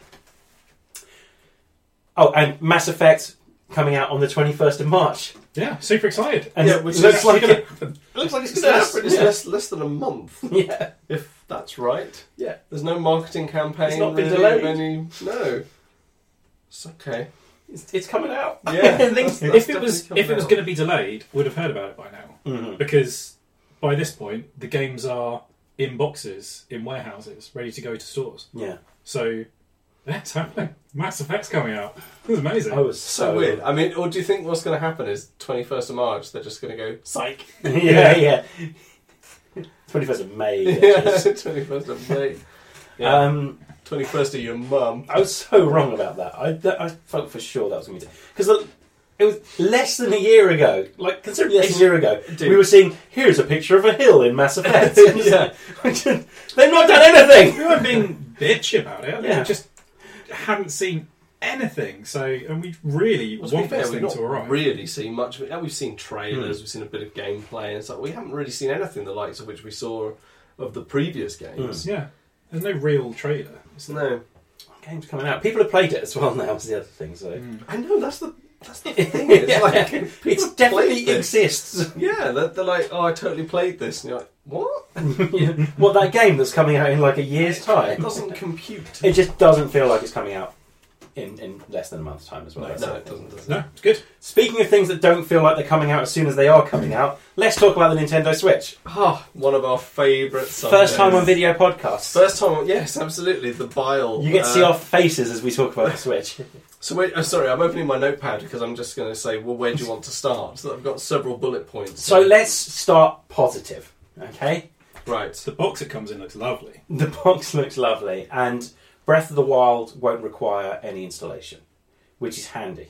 Speaker 1: and Mass Effect coming out on the 21st of March.
Speaker 3: Yeah, super excited.
Speaker 1: And
Speaker 2: Yeah,
Speaker 1: it
Speaker 2: which
Speaker 1: looks
Speaker 2: is-
Speaker 1: like it.
Speaker 2: looks like it's
Speaker 1: gonna
Speaker 2: less,
Speaker 1: happen,
Speaker 2: It's
Speaker 1: yeah.
Speaker 2: less, less than a month,
Speaker 1: Yeah.
Speaker 2: if that's right.
Speaker 1: Yeah.
Speaker 2: There's no marketing campaign.
Speaker 1: It's not been
Speaker 2: really,
Speaker 1: delayed.
Speaker 2: of Any, no. It's okay.
Speaker 1: It's, it's coming out.
Speaker 2: Yeah,
Speaker 1: I think-
Speaker 2: that's- that's-
Speaker 3: if it was
Speaker 2: definitely
Speaker 3: if it was
Speaker 2: coming
Speaker 3: going to be delayed, we'd have heard about it by now.
Speaker 1: Mhm.
Speaker 3: Because by this point, the games are in boxes in warehouses, ready to go to stores.
Speaker 1: Yeah.
Speaker 3: So that's happening. Mass Effect's coming out. This is amazing.
Speaker 1: I was so,
Speaker 2: So weird. I mean, or do you think what's going to happen is 21st of March, they're just going to go, psych.
Speaker 1: yeah, yeah. 21st of May.
Speaker 2: Yeah,
Speaker 1: bitches.
Speaker 2: 21st of May. Yeah,
Speaker 1: Um,
Speaker 2: 21st of your mum.
Speaker 1: I was so wrong about that. I, that, I felt for sure that was going to be because it was less than a year ago. Like considerably less than a year ago,
Speaker 2: Dude.
Speaker 1: we were seeing here's a picture of a hill in Mass Effect.
Speaker 2: Yeah.
Speaker 1: they've not done anything.
Speaker 3: We weren't being bitchy about it. I think
Speaker 1: Yeah.
Speaker 3: We just hadn't seen anything. So, and we really
Speaker 2: Well, to be
Speaker 3: want
Speaker 2: fair,
Speaker 3: this
Speaker 2: we've
Speaker 3: thing
Speaker 2: not
Speaker 3: to arrive.
Speaker 2: really seen much of it. Now, We've seen trailers,
Speaker 1: Hmm.
Speaker 2: we've seen a bit of gameplay and stuff. We haven't really seen anything the likes of which we saw of the previous games.
Speaker 1: Hmm.
Speaker 3: yeah, there's no real trailer. is there?
Speaker 2: No,
Speaker 1: Game's coming out. People have played it as well now. Is the other thing. So
Speaker 2: I know that's the that's the thing. It's like people
Speaker 1: it
Speaker 2: have
Speaker 1: definitely
Speaker 2: played this.
Speaker 1: exists.
Speaker 2: Yeah, they're, they're like, oh, I totally played this, and you're like, what?
Speaker 1: What that game that's coming out in like a year's
Speaker 2: It
Speaker 1: time?
Speaker 2: doesn't compute.
Speaker 1: It just doesn't feel like it's coming out in, in less than a month's time as well.
Speaker 2: No,
Speaker 1: That's
Speaker 2: no,
Speaker 1: it.
Speaker 2: it doesn't. does it?
Speaker 3: No, it's good.
Speaker 1: Speaking of things that don't feel like they're coming out as soon as they are coming out, let's talk about the Nintendo Switch.
Speaker 2: Ah, one of our favourite.
Speaker 1: First
Speaker 2: Sundays.
Speaker 1: time on video podcast.
Speaker 2: First time, on- yes, absolutely. The bile.
Speaker 1: you get to see
Speaker 2: uh,
Speaker 1: our faces as we talk about the Switch.
Speaker 2: So wait, oh, sorry, I'm opening my notepad because I'm just going to say, well, where do you want to start? So I've got several bullet points.
Speaker 1: So let's start positive, okay?
Speaker 2: right.
Speaker 3: The box it comes in looks lovely.
Speaker 1: The box looks lovely, and Breath of the Wild won't require any installation, which is handy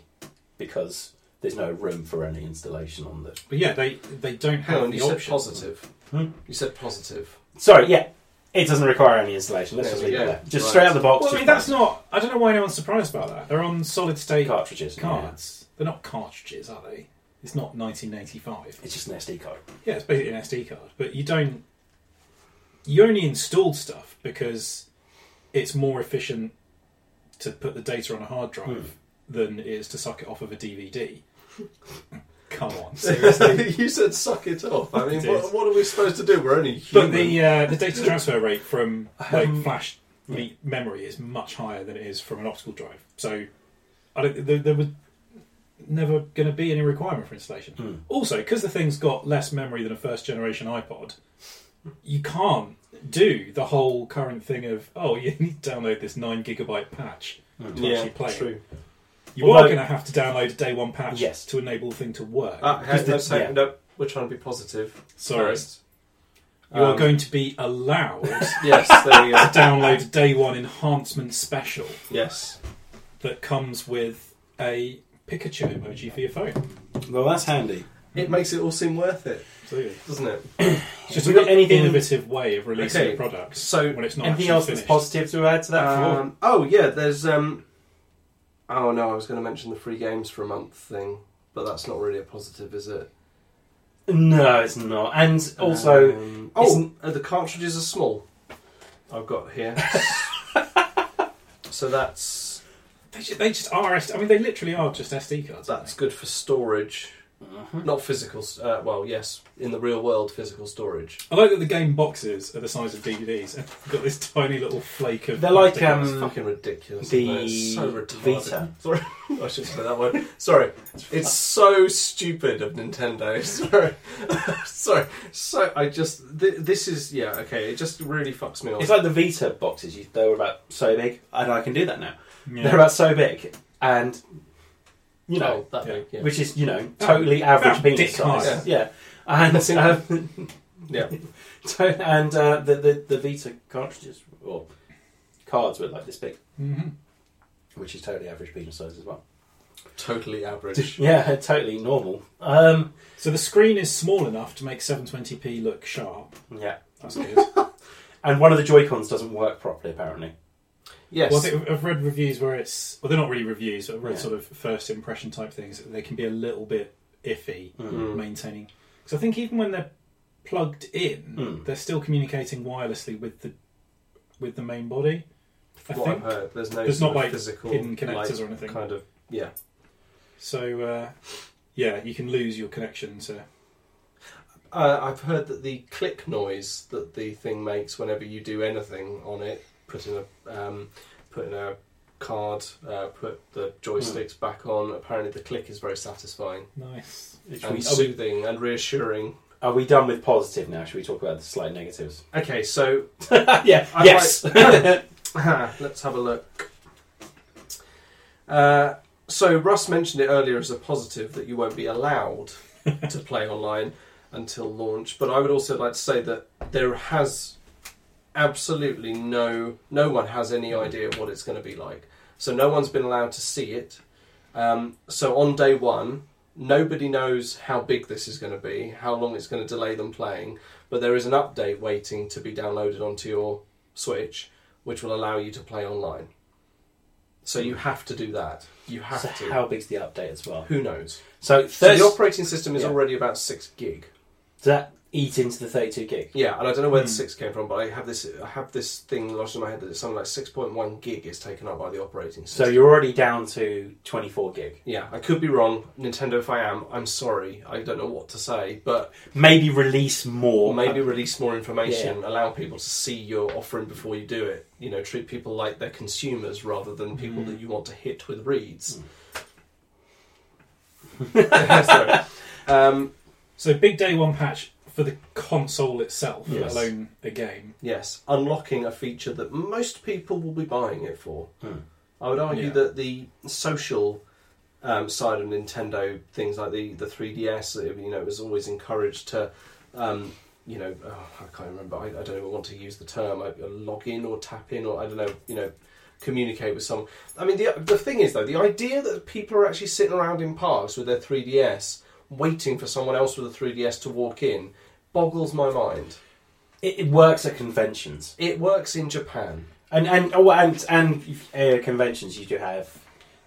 Speaker 1: because there's no room for any installation on the.
Speaker 3: But yeah, they they don't
Speaker 2: Hang
Speaker 3: have
Speaker 2: on,
Speaker 3: the
Speaker 2: you said
Speaker 3: option.
Speaker 2: positive.
Speaker 1: Hmm?
Speaker 2: You said positive.
Speaker 1: Sorry, yeah, it doesn't require any installation. Let's
Speaker 2: There
Speaker 1: just
Speaker 2: we
Speaker 1: leave it
Speaker 2: go.
Speaker 1: there. Just
Speaker 2: Right.
Speaker 1: straight out the box.
Speaker 3: Well, I mean, that's not. I don't know why anyone's surprised about that. They're on solid state
Speaker 1: cartridges.
Speaker 3: cards. They're not cartridges, are they? It's not 1985.
Speaker 1: yeah. It's just an SD card.
Speaker 3: Yeah, it's basically an SD card, but you don't. You only installed stuff because it's more efficient to put the data on a hard drive than it is to suck it off of a DVD. Come on, seriously.
Speaker 2: you said suck it off. I mean,
Speaker 3: It is.
Speaker 2: what, what are we supposed to do? We're only human.
Speaker 3: but the uh, the data transfer rate from like flash me- memory is much higher than it is from an optical drive. So I don't. There, there was never going to be any requirement for installation.
Speaker 1: Hmm.
Speaker 3: Also, because the thing's got less memory than a first generation iPod, you can't do the whole current thing of oh you need to download this nine gigabyte patch to
Speaker 2: yeah,
Speaker 3: uh, actually play.
Speaker 2: true.
Speaker 3: It. You are
Speaker 1: Although-
Speaker 3: going to have to download a day one patch
Speaker 1: Yes.
Speaker 3: to enable the thing to work.
Speaker 2: Ah, hang,
Speaker 1: Because
Speaker 2: no,
Speaker 1: the-
Speaker 2: hang-
Speaker 1: yeah.
Speaker 2: no, we're trying to be positive.
Speaker 3: Sorry,
Speaker 2: First.
Speaker 3: you are
Speaker 2: Um,
Speaker 3: going to be allowed.
Speaker 2: Yes, there we go.
Speaker 3: download day one enhancement special
Speaker 2: yes.
Speaker 3: that comes with a Pikachu emoji for your phone.
Speaker 1: Well, that's handy.
Speaker 2: It makes it all seem worth it,
Speaker 3: Absolutely.
Speaker 2: doesn't it?
Speaker 3: It's just
Speaker 1: We
Speaker 3: an
Speaker 1: got anything-
Speaker 3: innovative way of releasing
Speaker 2: Okay,
Speaker 3: a product
Speaker 2: so
Speaker 3: when it's not
Speaker 1: Anything
Speaker 3: actually
Speaker 1: else
Speaker 3: finished.
Speaker 1: that's positive to add to that?
Speaker 2: Um, oh yeah, there's. Um, oh no, I was going to mention the free games for a month thing, but that's not really a positive, is it?
Speaker 1: No, it's not. And also,
Speaker 2: Um, oh, uh, the cartridges are small. I've got here. so that's
Speaker 3: They just, they just are. I mean, they literally are just SD cards. aren't
Speaker 2: that's good for storage,
Speaker 1: mm-hmm.
Speaker 2: not physical. s- Uh, well, yes, in the real world, physical storage.
Speaker 3: I like that the game boxes are the size of DVDs and you've got this tiny little flake of.
Speaker 1: They're like,
Speaker 3: plastic.
Speaker 1: um,
Speaker 2: It's fucking ridiculous.
Speaker 1: the
Speaker 2: isn't it? It's so retarded.
Speaker 1: Vita.
Speaker 2: Sorry, I should say that word. Sorry, it's so stupid of Nintendo. Sorry, sorry. So I just th- this is yeah okay. It just really fucks me off.
Speaker 1: it's like the Vita boxes. You, they were about so big, and I can do that now. They're uh,
Speaker 3: Yeah.
Speaker 1: about so big, and you
Speaker 2: oh,
Speaker 1: know,
Speaker 2: that
Speaker 3: yeah. Oh,
Speaker 2: big, yeah.
Speaker 1: which is you know totally average
Speaker 3: about
Speaker 1: penis
Speaker 3: dick
Speaker 1: size.
Speaker 2: height.
Speaker 1: Yeah, and um,
Speaker 2: yeah.
Speaker 1: So, and uh, the, the the Vita cartridges or cards were like this big,
Speaker 3: Mhm.
Speaker 1: which is totally average penis size as well.
Speaker 2: totally average.
Speaker 1: Yeah, totally normal. Um,
Speaker 3: So the screen is small enough to make 720p look sharp.
Speaker 1: yeah,
Speaker 3: That's good. well,
Speaker 1: and one of the Joy Cons doesn't work properly apparently.
Speaker 2: Yes.
Speaker 3: I think I've read reviews where it's. Well, they're not really reviews, but I've read
Speaker 1: Yeah.
Speaker 3: sort of first impression type things. They can be a little bit iffy
Speaker 1: Hmm.
Speaker 2: Mm.
Speaker 3: maintaining. Because I think even when they're plugged in,
Speaker 1: Mm.
Speaker 3: they're still communicating wirelessly with the with the main body. I
Speaker 2: From what I've
Speaker 3: think.
Speaker 2: heard, there's no
Speaker 3: There's
Speaker 2: sort
Speaker 3: not,
Speaker 2: of
Speaker 3: like,
Speaker 2: physical
Speaker 3: hidden connectors
Speaker 2: like,
Speaker 3: or anything.
Speaker 2: Kind of yeah.
Speaker 3: So uh, yeah, you can lose your connection to.
Speaker 2: Uh, I've heard that the click noise that the thing makes whenever you do anything on it, putting a um, putting a card, uh, put the joysticks back on. Apparently, the click is very satisfying
Speaker 3: Nice.
Speaker 1: Which
Speaker 2: and
Speaker 1: we- are, we,
Speaker 2: soothing and reassuring.
Speaker 1: are we done with positive now? Should we talk about the slight negatives?
Speaker 2: Okay, so
Speaker 1: yeah.
Speaker 2: I
Speaker 1: yes.
Speaker 2: let's have a look. Uh, so Russ mentioned it earlier as a positive that you won't be allowed to play online until launch. But I would also like to say that there has absolutely no no one has any idea what it's going to be like. So no one's been allowed to see it. Um, so on day one, nobody knows how big this is going to be, how long it's going to delay them playing. But there is an update waiting to be downloaded onto your Switch, which will allow you to play online. So you have to do that. You have
Speaker 1: so
Speaker 2: to.
Speaker 1: how big's the update as well?
Speaker 2: Who knows?
Speaker 1: So,
Speaker 2: So
Speaker 1: thir-
Speaker 2: the operating system is
Speaker 1: Yeah.
Speaker 2: already about six gig.
Speaker 1: does that eat into the 32 gig?
Speaker 2: Yeah, and I don't know where the
Speaker 3: Hmm.
Speaker 2: six came from, but I have this I have this thing lodged in my head that it's something like six point one gig is taken up by the operating
Speaker 1: So
Speaker 2: system.
Speaker 1: you're already down to 24 gig.
Speaker 2: yeah, I could be wrong. Nintendo, if I am, I'm sorry. I don't know what to say, but
Speaker 1: Maybe release more.
Speaker 2: or maybe release more information, allow people to see your offering before you do it. You know, treat people like they're consumers rather than people that you want to hit with reads. Sorry. Um,
Speaker 3: So big day one patch for the console itself,
Speaker 1: Yes.
Speaker 3: let alone a game.
Speaker 2: Yes, unlocking a feature that most people will be buying it for.
Speaker 1: Hmm.
Speaker 2: I would argue
Speaker 3: Yeah.
Speaker 2: that the social um, side of Nintendo, things like the, the 3DS, it- you know, it was always encouraged to, um, you know, oh, I can't remember, I, I don't even want to use the term, I, I log in or tap in or I don't know, you know, communicate with someone. I mean, the, the thing is though, the idea that people are actually sitting around in parks with their 3DS waiting for someone else with a 3DS to walk in boggles my mind.
Speaker 1: It, it works at conventions.
Speaker 2: It works in Japan.
Speaker 1: And and oh, and and uh, conventions you do have.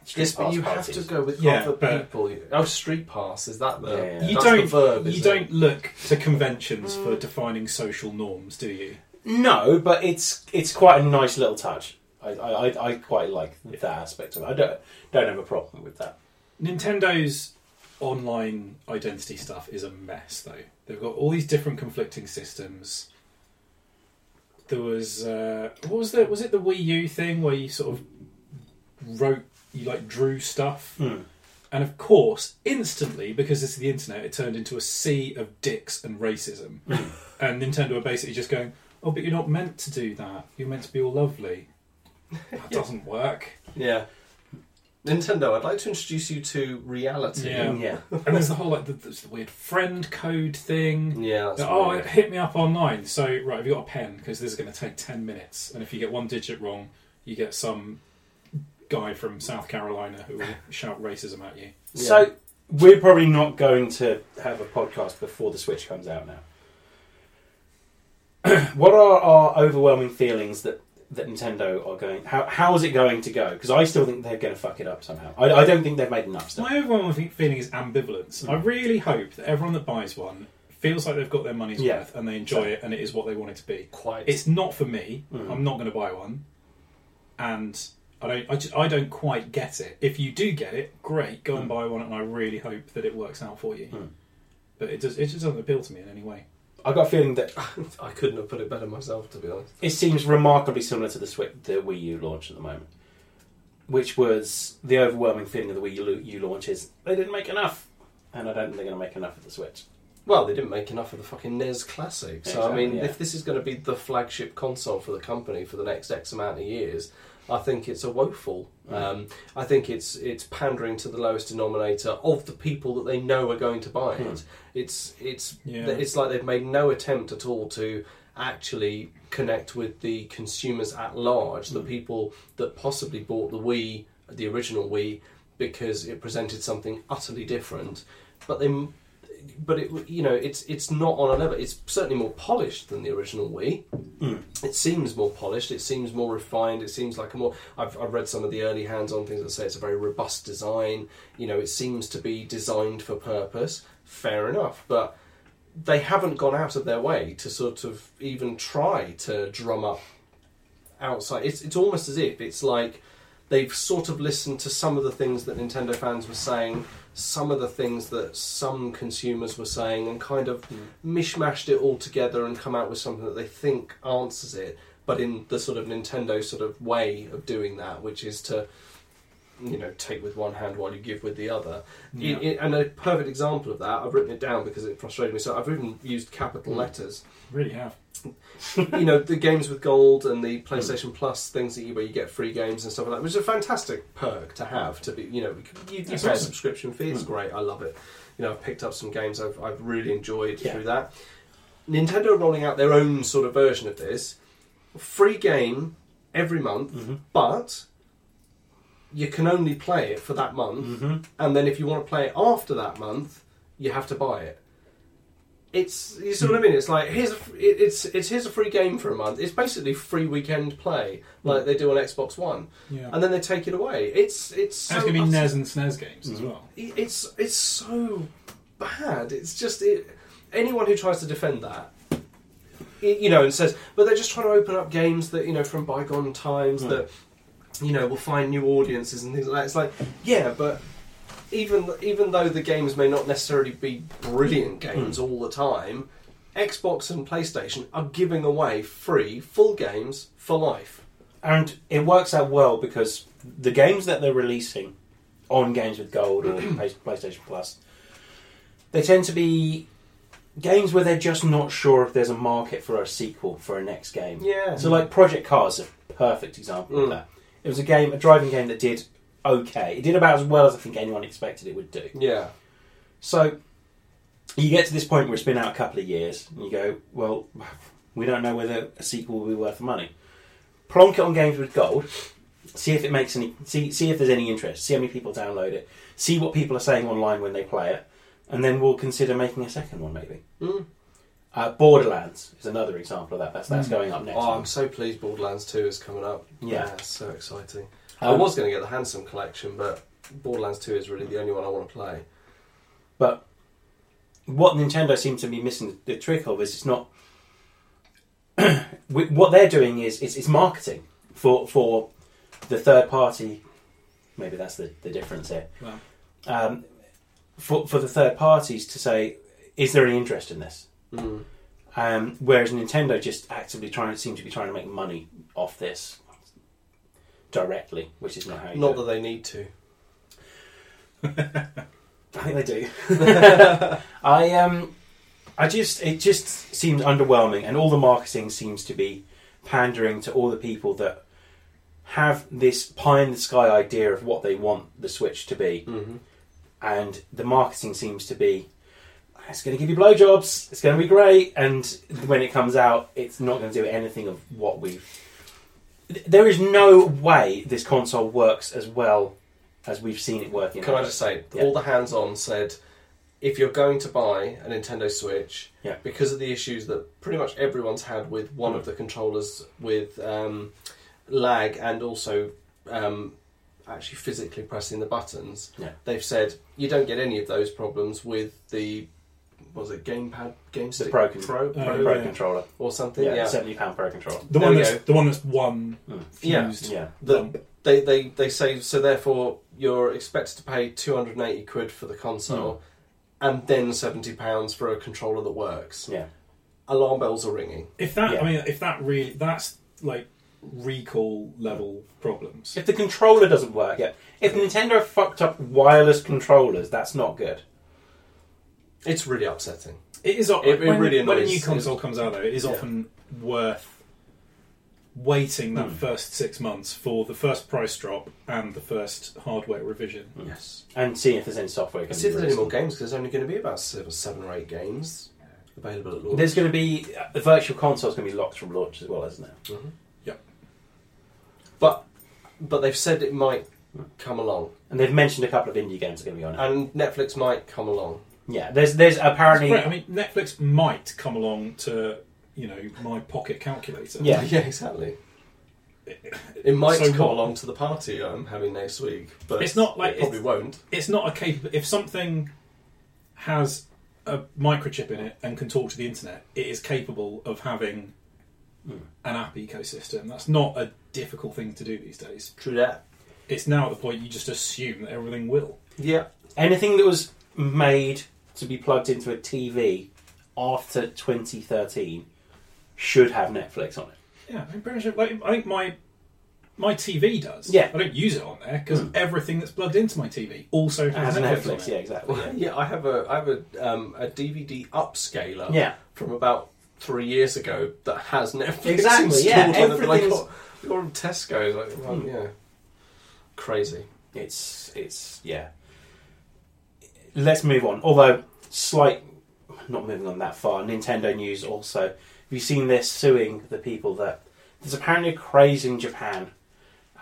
Speaker 1: street
Speaker 2: Yes, but
Speaker 1: pass
Speaker 2: you
Speaker 1: parties.
Speaker 2: have to go with
Speaker 3: Yeah,
Speaker 2: other
Speaker 3: but-
Speaker 2: people. Oh, street pass is that the
Speaker 1: Yeah, yeah.
Speaker 3: You
Speaker 2: that's
Speaker 3: don't.
Speaker 2: the verb?
Speaker 3: you
Speaker 2: is
Speaker 3: don't look to conventions for defining social norms, do you?
Speaker 1: No, but it's it's quite a nice little touch. I I, I- I quite like that aspect of it. I don't don't have a problem with that.
Speaker 3: Nintendo's online identity stuff is a mess, though. They've got all these different conflicting systems. There was uh, what was the was it the Wii U thing where you sort of wrote you like drew stuff,
Speaker 1: Hmm.
Speaker 3: and of course, instantly because it's the internet, it turned into a sea of dicks and racism, and Nintendo are basically just going, "Oh, but you're not meant to do that. You're meant to be all lovely." That doesn't work.
Speaker 2: it? Yeah. Nintendo, I'd like to introduce you to reality.
Speaker 3: Yeah.
Speaker 1: Mm, Yeah,
Speaker 3: And there's the whole like the, there's the weird friend code thing.
Speaker 2: Yeah, Mm, that's
Speaker 3: oh,
Speaker 2: weird.
Speaker 3: it hit me up online. So, right, have you got a pen? Because this is going to take 10 minutes. And if you get one digit wrong, you get some guy from South Carolina who will shout racism at you.
Speaker 2: Yeah.
Speaker 1: So we're probably not going to have a podcast before the Switch comes out now. what are our overwhelming feelings that that Nintendo are going. How, how is it going to go? Because I still think they're going to fuck it up somehow. I, I don't think they've made enough stuff.
Speaker 3: My overwhelming fe- feeling is ambivalence.
Speaker 2: Hmm.
Speaker 3: I really hope that everyone that buys one feels like they've got their money's
Speaker 1: Yeah.
Speaker 3: worth and they enjoy it and it is what they want it to be.
Speaker 2: Quite.
Speaker 3: It's not for me.
Speaker 2: Hmm.
Speaker 3: I'm not going to buy one, and I don't. I, just, I don't quite get it. If you do get it, great,
Speaker 2: Hmm.
Speaker 3: go and buy one, and I really hope that it works out for you. But it does. It just doesn't appeal to me in any way.
Speaker 1: I got a feeling that
Speaker 2: I couldn't have put it better myself, to be honest.
Speaker 1: it seems remarkably similar to the Switch, the Wii U launch at the moment, which was the overwhelming feeling of the Wii U- U launch is they didn't make enough, and I don't think they're going to make enough of the Switch.
Speaker 2: Well, they didn't make enough of the fucking NES Classic. So, I
Speaker 1: Exactly,
Speaker 2: mean,
Speaker 1: yeah.
Speaker 2: if this is going to be the flagship console for the company for the next X amount of years, I think it's a woeful.
Speaker 1: Mm.
Speaker 2: Um, I think it's it's pandering to the lowest denominator of the people that they know are going to buy it.
Speaker 1: Hmm.
Speaker 2: It's it's
Speaker 3: Yeah.
Speaker 2: it's like they've made no attempt at all to actually connect with the consumers at large,
Speaker 1: Hmm.
Speaker 2: the people that possibly bought the Wii, the original Wii, because it presented something utterly different. But they, m- but it w- you know it's it's not on a level. It's certainly more polished than the original Wii. It seems more polished. It seems more refined. It seems like a more. I've, I've read some of the early hands-on things that say it's a very robust design. You know, it seems to be designed for purpose. Fair enough, but they haven't gone out of their way to sort of even try to drum up outside. It's it's almost as if it's like they've sort of listened to some of the things that Nintendo fans were saying, some of the things that some consumers were saying, and kind of mishmashed it all together and come out with something that they think answers it, but in the sort of Nintendo sort of way of doing that, which is to you know take with one hand while you give with the other
Speaker 3: Yeah.
Speaker 2: I- I- and a perfect example of that i've written it down because it frustrated me so i've even used capital letters
Speaker 3: Really have.
Speaker 2: you know the games with gold and the PlayStation Plus things that you where you get free games and stuff like that, which is a fantastic perk to have. To be you know you, you pay
Speaker 3: That's
Speaker 2: a
Speaker 3: awesome.
Speaker 2: subscription fee, it's great. I love it. You know I've picked up some games I've I've really enjoyed
Speaker 1: Yeah.
Speaker 2: through that. Nintendo are rolling out their own sort of version of this free game every month, but you can only play it for that month, and then if you want to play it after that month, you have to buy it. It's you see what I mean. It's like here's a, f- it- it's it's here's a free game for a month. It's basically free weekend play like they do on Xbox One,
Speaker 3: Hmm. Yeah.
Speaker 2: and then they take it away. It's it's so uh,
Speaker 3: And it's going to be
Speaker 2: utter-
Speaker 3: NES and SNES games
Speaker 2: Hmm.
Speaker 3: as well.
Speaker 2: it's it's so bad. It's just it, anyone who tries to defend that, y- you know, and says, but they're just trying to open up games that you know from bygone times that you know will find new audiences and things like that. It's like, yeah, but even even though the games may not necessarily be brilliant games all the time, Xbox and PlayStation are giving away free full games for life.
Speaker 1: And it works out well because the games that they're releasing on Games with Gold or Play- PlayStation Plus, they tend to be games where they're just not sure if there's a market for a sequel for a next game.
Speaker 2: Yeah.
Speaker 1: So, like Project Cars is a perfect example of
Speaker 2: Mm.
Speaker 1: that. It was a game, a driving game that did okay. It did about as well as I think anyone expected it would do.
Speaker 2: Yeah,
Speaker 1: So you get to this point where it's been out a couple of years, and you go, well, we don't know whether a sequel will be worth the money. Plonk it on Games with Gold. See if it makes any. See, see if there's any interest. See how many people download it. See what people are saying online when they play it, and then we'll consider making a second one maybe.
Speaker 2: Mm.
Speaker 1: Uh, Borderlands is another example of that. That's that's going up next.
Speaker 2: oh, I'm
Speaker 1: month.
Speaker 2: so pleased Borderlands Two is coming up.
Speaker 1: Yeah.
Speaker 2: it's so exciting. I
Speaker 1: Um,
Speaker 2: was going to get the Handsome collection, but Borderlands 2 is really the only one I want to play.
Speaker 1: But what Nintendo seems to be missing the trick of is it's not. Wi- what they're doing is it's, it's marketing for for the third party. Maybe that's the, the difference here.
Speaker 3: Well.
Speaker 1: Um, for for the third parties to say, is there any interest in this?
Speaker 2: Mm.
Speaker 1: Um, whereas Nintendo just actively trying seem to be trying to make money off this directly, which is not how you
Speaker 2: Not
Speaker 1: do
Speaker 2: that they need to.
Speaker 1: I think they do. I um, I just it just seems underwhelming, and all the marketing seems to be pandering to all the people that have this pie in the sky idea of what they want the Switch to be,
Speaker 2: Mm-hmm.
Speaker 1: and the marketing seems to be it's going to give you blowjobs, it's going to be great, and when it comes out, it's not going to do anything of what we've. Th- There is no way this console works as well as we've seen it working.
Speaker 2: Can I just say,
Speaker 1: Yeah.
Speaker 2: all the hands on said if you're going to buy a Nintendo Switch,
Speaker 1: Yeah. Hmm.
Speaker 2: because of the issues that pretty much everyone's had with one of the controllers with um, lag and also um, actually physically pressing the buttons,
Speaker 1: Yeah.
Speaker 2: they've said you don't get any of those problems with the what was it gamepad game
Speaker 1: The
Speaker 2: stick
Speaker 1: Pro, con-
Speaker 2: pro,
Speaker 3: Oh,
Speaker 1: pro,
Speaker 2: pro
Speaker 3: yeah.
Speaker 1: controller.
Speaker 2: or something.
Speaker 1: Yeah,
Speaker 2: Yeah,
Speaker 1: seventy pound Pro controller.
Speaker 3: The
Speaker 2: There
Speaker 3: one
Speaker 2: we
Speaker 3: that's
Speaker 2: go. Hmm.
Speaker 3: the one that's one
Speaker 1: Mm.
Speaker 2: Yeah.
Speaker 3: fused.
Speaker 1: Yeah,
Speaker 2: That they, they they say so. Therefore, you're expected to pay two hundred and eighty quid for the console.
Speaker 3: Hmm.
Speaker 2: And then seventy pounds for a controller that works.
Speaker 1: yeah.
Speaker 2: Alarm bells are ringing.
Speaker 3: If that,
Speaker 1: Yeah.
Speaker 3: I mean, if that really, that's like recall level problems.
Speaker 1: If the controller doesn't work, yeah. If Nintendo fucked up wireless controllers, that's not good.
Speaker 2: It's really upsetting.
Speaker 3: It is o-
Speaker 2: It- it
Speaker 3: when,
Speaker 2: really
Speaker 3: when a
Speaker 2: annoys-
Speaker 3: new console comes out, though, it is
Speaker 2: Yeah.
Speaker 3: often worth waiting that first six months for the first price drop and the first hardware revision.
Speaker 2: Yes.
Speaker 1: And seeing if there's any software.
Speaker 2: Let's
Speaker 1: can
Speaker 2: see if
Speaker 1: be
Speaker 2: there's any
Speaker 1: released.
Speaker 2: more games because there's only going to be about se- seven or eight games available at launch.
Speaker 1: There's going to be the virtual console's going to be locked from launch as well, isn't it?
Speaker 2: But but they've said it might come along,
Speaker 1: And they've mentioned a couple of indie games are going to be on it.
Speaker 2: and Netflix might come along.
Speaker 1: Yeah, there's there's
Speaker 3: It's
Speaker 1: apparently
Speaker 3: great. I mean, Netflix might come along to you know my pocket calculator.
Speaker 1: Yeah.
Speaker 2: yeah, exactly. It might
Speaker 3: So
Speaker 2: come
Speaker 3: what?
Speaker 2: along to the party I'm having next week, but
Speaker 3: It's not like
Speaker 2: it probably won't.
Speaker 3: it's not a capable. If something has a microchip in it and can talk to the internet, it is capable of having an app ecosystem. That's not a difficult thing to do these days.
Speaker 2: True that.
Speaker 3: It's now at the point you just assume that everything will.
Speaker 2: Yeah,
Speaker 1: anything that was made to be plugged into a TV after 2013 should have Netflix on it.
Speaker 3: Yeah, I'm pretty sure. Like, I think my my TV does.
Speaker 1: Yeah.
Speaker 3: I don't use it on there because everything that's plugged into my TV also has
Speaker 1: As
Speaker 3: Netflix.
Speaker 1: Netflix,
Speaker 3: on it.
Speaker 1: yeah, exactly. yeah.
Speaker 2: yeah. I have a I have a um, a DVD upscaler.
Speaker 1: Yeah.
Speaker 2: from about three years ago that has Netflix
Speaker 1: Exactly, yeah,
Speaker 2: installed on it. Like,
Speaker 1: everything's-
Speaker 2: oh, you're on Tesco. It's Like, well, yeah, crazy.
Speaker 1: It's it's yeah. Let's move on. Although slight, not moving on that far. Nintendo news also. Have you seen they're suing the people that there's apparently a craze in Japan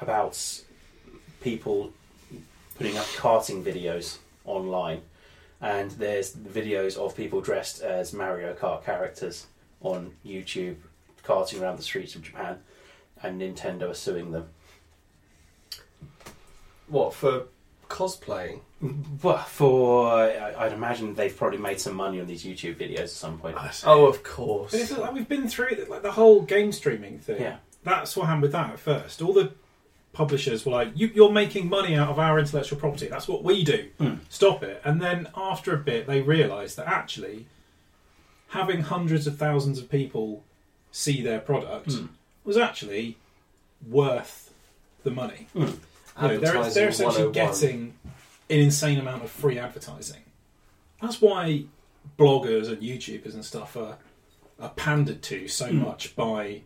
Speaker 1: about s- people putting up karting videos online, and there's videos of people dressed as Mario Kart characters on YouTube karting around the streets of Japan, and Nintendo are suing them.
Speaker 2: What for cosplaying?
Speaker 1: Well, for I- I'd imagine they've probably made some money on these YouTube videos at some point.
Speaker 2: Oh, of
Speaker 3: But it's
Speaker 2: course.
Speaker 3: like we've been through like the whole game streaming thing.
Speaker 1: Yeah.
Speaker 3: That's what happened with that at first. All the publishers were like, you, "You're making money out of our intellectual property. That's what we do. Stop it." And then after a bit, they realised that actually having hundreds of thousands of people see their product was actually worth the money. You know, they're,
Speaker 2: Advertising
Speaker 3: they're essentially
Speaker 2: 101.
Speaker 3: getting an insane amount of free advertising. That's why bloggers and YouTubers and stuff are, are pandered to so much by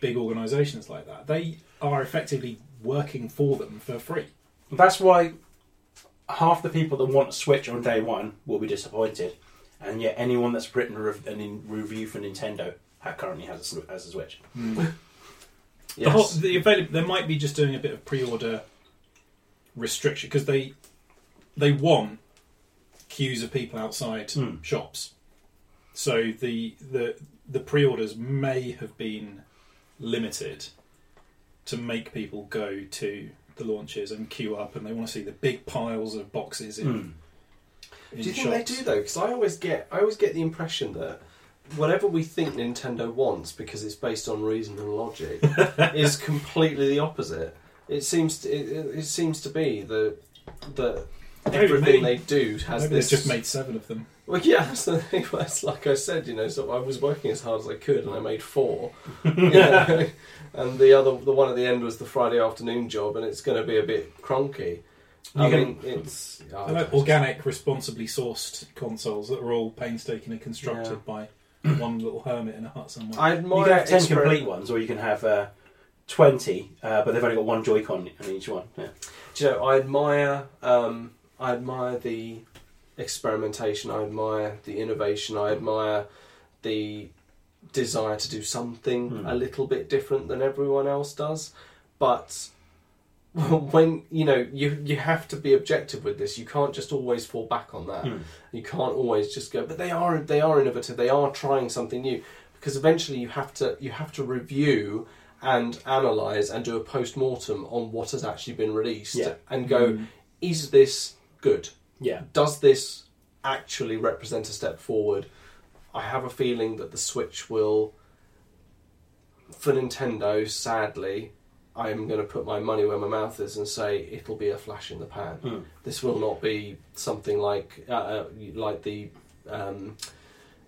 Speaker 3: big organisations like that. They are effectively working for them for free.
Speaker 1: That's why half the people that want a Switch on day one will be disappointed, and yet anyone that's written a rev- an in- review for Nintendo ha- currently has a, Sw- has a Switch.
Speaker 2: Yes.
Speaker 3: The whole, the avail- they might be just doing a bit of pre-order restriction because they they want queues of people outside
Speaker 2: Hmm.
Speaker 3: shops. So the the the pre-orders may have been limited to make people go to the launches and queue up, and they want to see the big piles of boxes
Speaker 2: Hmm.
Speaker 3: in. in
Speaker 2: Do you think
Speaker 3: shops.
Speaker 2: they do though? Because I always get, I always get the impression that whatever we think Nintendo wants, because it's based on reason and logic, is completely the opposite. It seems, to, it, it it seems to be the that
Speaker 3: Maybe-
Speaker 2: everything they
Speaker 3: maybe-
Speaker 2: do has
Speaker 3: Maybe
Speaker 2: this.
Speaker 3: they've just made seven of them.
Speaker 2: Well, yeah, that's the thing. Well, It's like I said, you know, so I was working as hard as I could, and I made four. you know. and the other, the one at the end was the Friday afternoon job, and it's going to be a bit cronky. I
Speaker 1: You can-
Speaker 2: mean, it's I
Speaker 3: I like
Speaker 2: don't-
Speaker 3: organic, responsibly sourced consoles that are all painstakingly constructed by one little hermit in a hut somewhere.
Speaker 2: I
Speaker 1: you
Speaker 2: admire
Speaker 1: can have ten
Speaker 2: experiment-
Speaker 1: complete ones, or you can have uh, twenty, uh, but they've only got one Joy-Con on each one. Yeah.
Speaker 2: Do you know, I admire, um, I admire the experimentation. I admire the innovation. I admire the desire to do something
Speaker 1: Hmm.
Speaker 2: a little bit different than everyone else does. But when you know you you have to be objective with this. You can't just always fall back on that.
Speaker 1: Hmm.
Speaker 2: You can't always just go. But they are they are innovative. They are trying something new because eventually you have to you have to review and analyze and do a post mortem on what has actually been released
Speaker 1: Yeah. Hmm.
Speaker 2: and go, is this good?
Speaker 1: Yeah.
Speaker 2: Does this actually represent a step forward? I have a feeling that the Switch will, for Nintendo, sadly, I am going to put my money where my mouth is and say it'll be a flash in the pan.
Speaker 1: Hmm.
Speaker 2: This will not be something like uh, uh, like the um,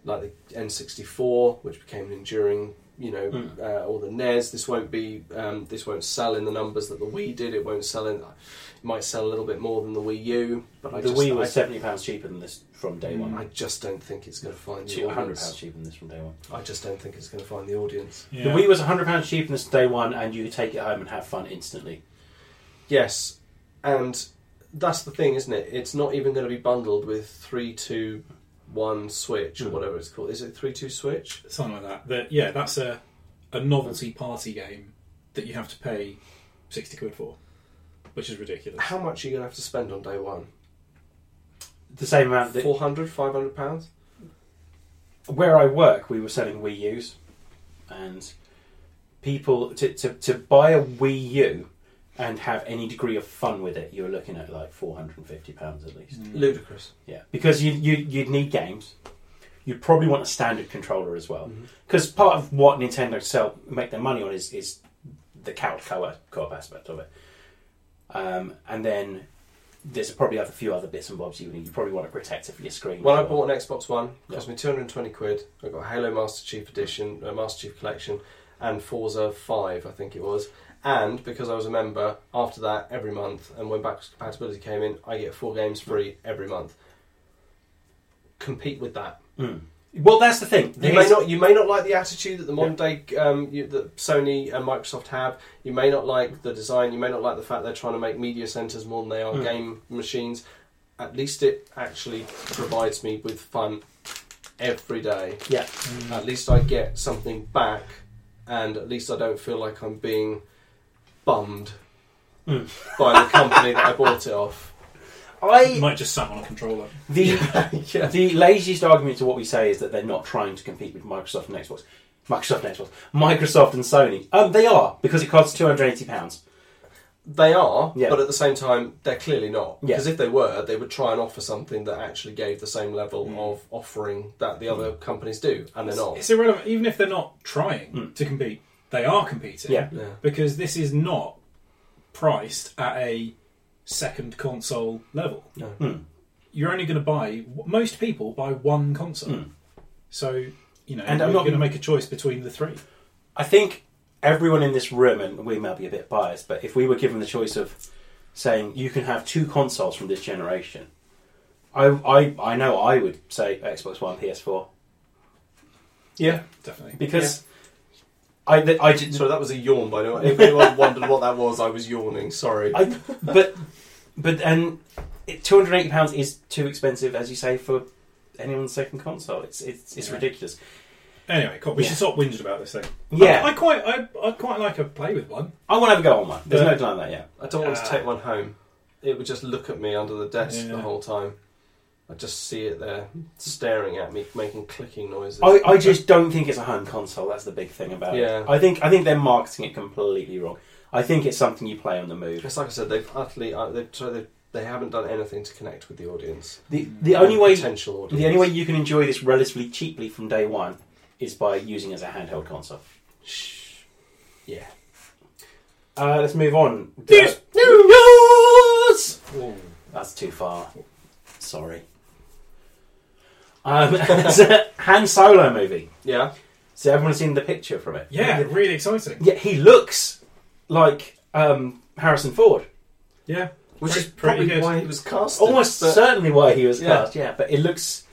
Speaker 2: like the N64, which became an enduring, you know,
Speaker 1: Mm.
Speaker 2: uh, or the NES. This won't be, um, this won't sell in the numbers that the Wii did. It won't sell in. It might sell a little bit more than the Wii U, but I
Speaker 1: the
Speaker 2: just,
Speaker 1: Wii was
Speaker 2: I,
Speaker 1: seventy pounds cheaper than this from day one.
Speaker 2: I just don't think it's going to find the
Speaker 1: Two hundred pounds
Speaker 2: audience.
Speaker 1: cheaper than this from day one.
Speaker 2: I just don't think it's going to find the audience.
Speaker 3: Yeah.
Speaker 1: The Wii was hundred pounds cheaper than this day one, and you could take it home and have fun instantly.
Speaker 2: Yes, and that's the thing, isn't it? It's not even going to be bundled with three, two, one Switch or
Speaker 1: Mm.
Speaker 2: whatever it's called. Is it three, two Switch?
Speaker 3: something like that. That yeah, that's a a novelty party game that you have to pay sixty quid for, which is ridiculous.
Speaker 2: How much are you going to have to spend on day one?
Speaker 1: The same amount that
Speaker 2: 400, 500 pounds?
Speaker 1: where I work, we were selling Wii U's, and people to, to, to buy a Wii U and have any degree of fun with it, you're looking at like four hundred and fifty pounds at
Speaker 2: Mm-hmm.
Speaker 1: least.
Speaker 2: Ludicrous.
Speaker 1: Yeah, because you, you you'd need games. You'd probably want a standard controller as well,
Speaker 2: Mhm.
Speaker 1: because part of what Nintendo sell make their money on is is the couch co co-op aspect of it. Um, and then there's probably other few other bits and bobs you need. You probably want a protector for your screen. as
Speaker 2: When I
Speaker 1: well.
Speaker 2: bought an Xbox One, it cost me 220 quid. I got Halo Master Chief Edition, uh, Master Chief Collection, and Forza 5, I think it was. And because I was a member, after that, every month, and when backwards compatibility came in, I get four games free every month. Compete with that.
Speaker 1: Mm. Well, that's the thing.
Speaker 2: You may not you may not like the attitude that the modern day um, you, that Sony and Microsoft have. You may not like the design. You may not like the fact they're trying to make media centers more than they are
Speaker 1: Mm.
Speaker 2: game machines. At least it actually provides me with fun every day.
Speaker 1: Yeah.
Speaker 2: At least I get something back, and at least I don't feel like I'm being bummed
Speaker 1: Mm.
Speaker 2: by the company that I bought it off.
Speaker 3: You
Speaker 1: I
Speaker 3: might just sat on a controller.
Speaker 1: the
Speaker 2: yeah.
Speaker 1: the laziest argument to what we say is that they're not trying to compete with Microsoft and Xbox, Microsoft and Xbox, Microsoft and Sony. Um, they are because it costs two hundred eighty pounds.
Speaker 2: They are,
Speaker 1: Yeah.
Speaker 2: but at the same time, they're clearly not.
Speaker 1: Yeah.
Speaker 2: Because if they were, they would try and offer something that actually gave the same level
Speaker 1: Mm.
Speaker 2: of offering that the other companies do, and they're not.
Speaker 3: It's irrelevant, even if they're not trying to compete, they are competing.
Speaker 1: Hmm. Yeah.
Speaker 2: Yeah.
Speaker 3: because this is not priced at a second console level.
Speaker 2: No.
Speaker 1: Mm.
Speaker 3: You're only going to buy most people buy one console,
Speaker 1: Hmm.
Speaker 3: so you know,
Speaker 1: And
Speaker 3: you're
Speaker 1: I'm not-
Speaker 3: going to make a choice between the three.
Speaker 1: I think everyone in this room, and we might be a bit biased, but if we were given the choice of saying you can have two consoles from this generation, I I, I know I would say Xbox One, PS4,
Speaker 2: Yeah.
Speaker 3: Definitely.
Speaker 1: because I th- I just
Speaker 2: Sorry, that was a yawn, by the way. If anyone wondered what that was, I was yawning. Sorry.
Speaker 1: I, but but and two hundred eighty pounds is too expensive, as you say, for anyone's second console. It's it's, it's
Speaker 3: Yeah.
Speaker 1: ridiculous.
Speaker 3: Anyway, cool. we
Speaker 1: Yeah.
Speaker 3: should stop whinging about this thing.
Speaker 1: Yeah.
Speaker 3: I, I quite, I, I quite like a play with one.
Speaker 1: I want to have a go on one. There's
Speaker 3: Yeah.
Speaker 1: no denying that. Yeah,
Speaker 2: I don't want to
Speaker 3: Uh.
Speaker 2: take one home. It would just look at me under the desk
Speaker 3: Yeah.
Speaker 2: the whole time. I just see it there, staring at me, making clicking noises.
Speaker 1: I, I just don't think it's a home console. That's the big thing about
Speaker 2: Yeah.
Speaker 1: it. I think I think they're marketing it completely wrong. I think it's something you play on the move.
Speaker 2: It's like I said, they've utterly, uh, they've, tried- they they haven't done anything to connect with the audience.
Speaker 1: The the only way
Speaker 2: potential audience.
Speaker 1: the only way you can enjoy this relatively cheaply from day one is by using it as a handheld console.
Speaker 2: Yeah.
Speaker 1: Uh, let's move on.
Speaker 3: Yes.
Speaker 1: News! That's too far. Sorry. Um, it's a Han Solo movie.
Speaker 2: Yeah.
Speaker 1: So everyone's seen the picture from it.
Speaker 3: Yeah, really exciting.
Speaker 1: Yeah, he looks like um, Harrison Ford.
Speaker 3: Yeah,
Speaker 2: Which
Speaker 3: Pretty-
Speaker 2: is probably
Speaker 3: pretty good.
Speaker 2: why he was cast.
Speaker 1: Almost certainly why he was
Speaker 2: Yeah.
Speaker 1: cast. Yeah, but it looks.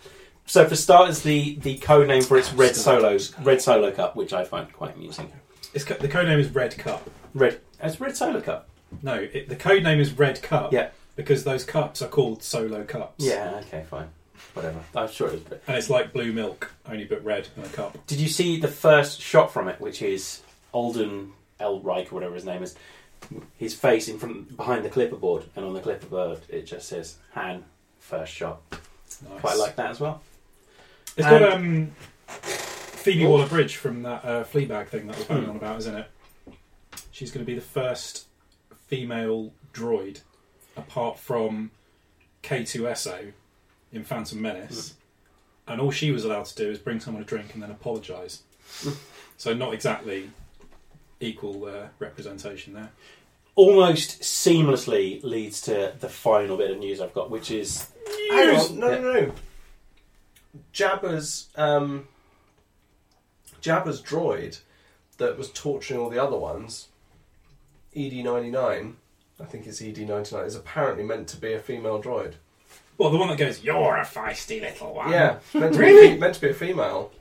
Speaker 1: So for starters, the the code name for its Red Solo's Red Solo Cup, which I find quite amusing.
Speaker 3: it's co- the code name is Red Cup.
Speaker 1: Red, it's Red Solo Cup.
Speaker 3: No, it, the code name is Red Cup.
Speaker 1: Yeah.
Speaker 3: because those cups are called Solo Cups.
Speaker 1: Yeah. Okay. Fine. Whatever. I'm sure it was.
Speaker 3: and it's like blue milk, only but red in a cup.
Speaker 1: Did you see the first shot from it, which is Alden Elric or whatever his name is, his face in front behind the clipperboard, and on the clipperboard it just says Han. First shot.
Speaker 3: Nice.
Speaker 1: Quite like that as well.
Speaker 3: It's
Speaker 1: And- Hmm.
Speaker 3: got um, Phoebe Waller Bridge from that uh, Fleabag thing that was going on about, isn't it? She's going to be the first female droid, apart from K2SO in Phantom Menace.
Speaker 1: Hmm.
Speaker 3: And all she was allowed to do is bring someone a drink and then apologise. so, not exactly equal uh, representation there.
Speaker 1: Almost seamlessly leads to the final bit of news I've got, which is
Speaker 2: Hang on, no, no, no. Jabba's um, Jabba's droid that was torturing all the other ones, ED ninety nine. I think it's ED ninety nine. Is apparently meant to be a female droid.
Speaker 3: Well, the one that goes, You're a feisty little one.
Speaker 2: Yeah, meant to really? be a, fe- meant to be a female.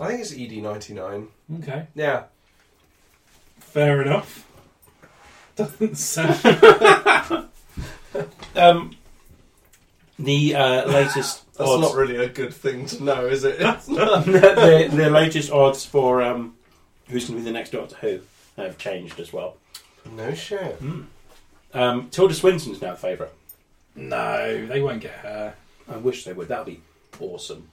Speaker 2: I think it's ED ninety nine.
Speaker 3: Okay.
Speaker 2: Yeah,
Speaker 3: Fair enough. Doesn't sound.
Speaker 1: um, the uh, latest.
Speaker 2: that's
Speaker 1: odds-
Speaker 2: not really a good thing to know, is it?
Speaker 1: the, the latest odds for um, who's going to be the next Doctor Who have changed as well.
Speaker 2: no shit.
Speaker 1: Um, Tilda Swinton's now favourite.
Speaker 3: no, they won't get her.
Speaker 1: I wish they would. That'd be awesome.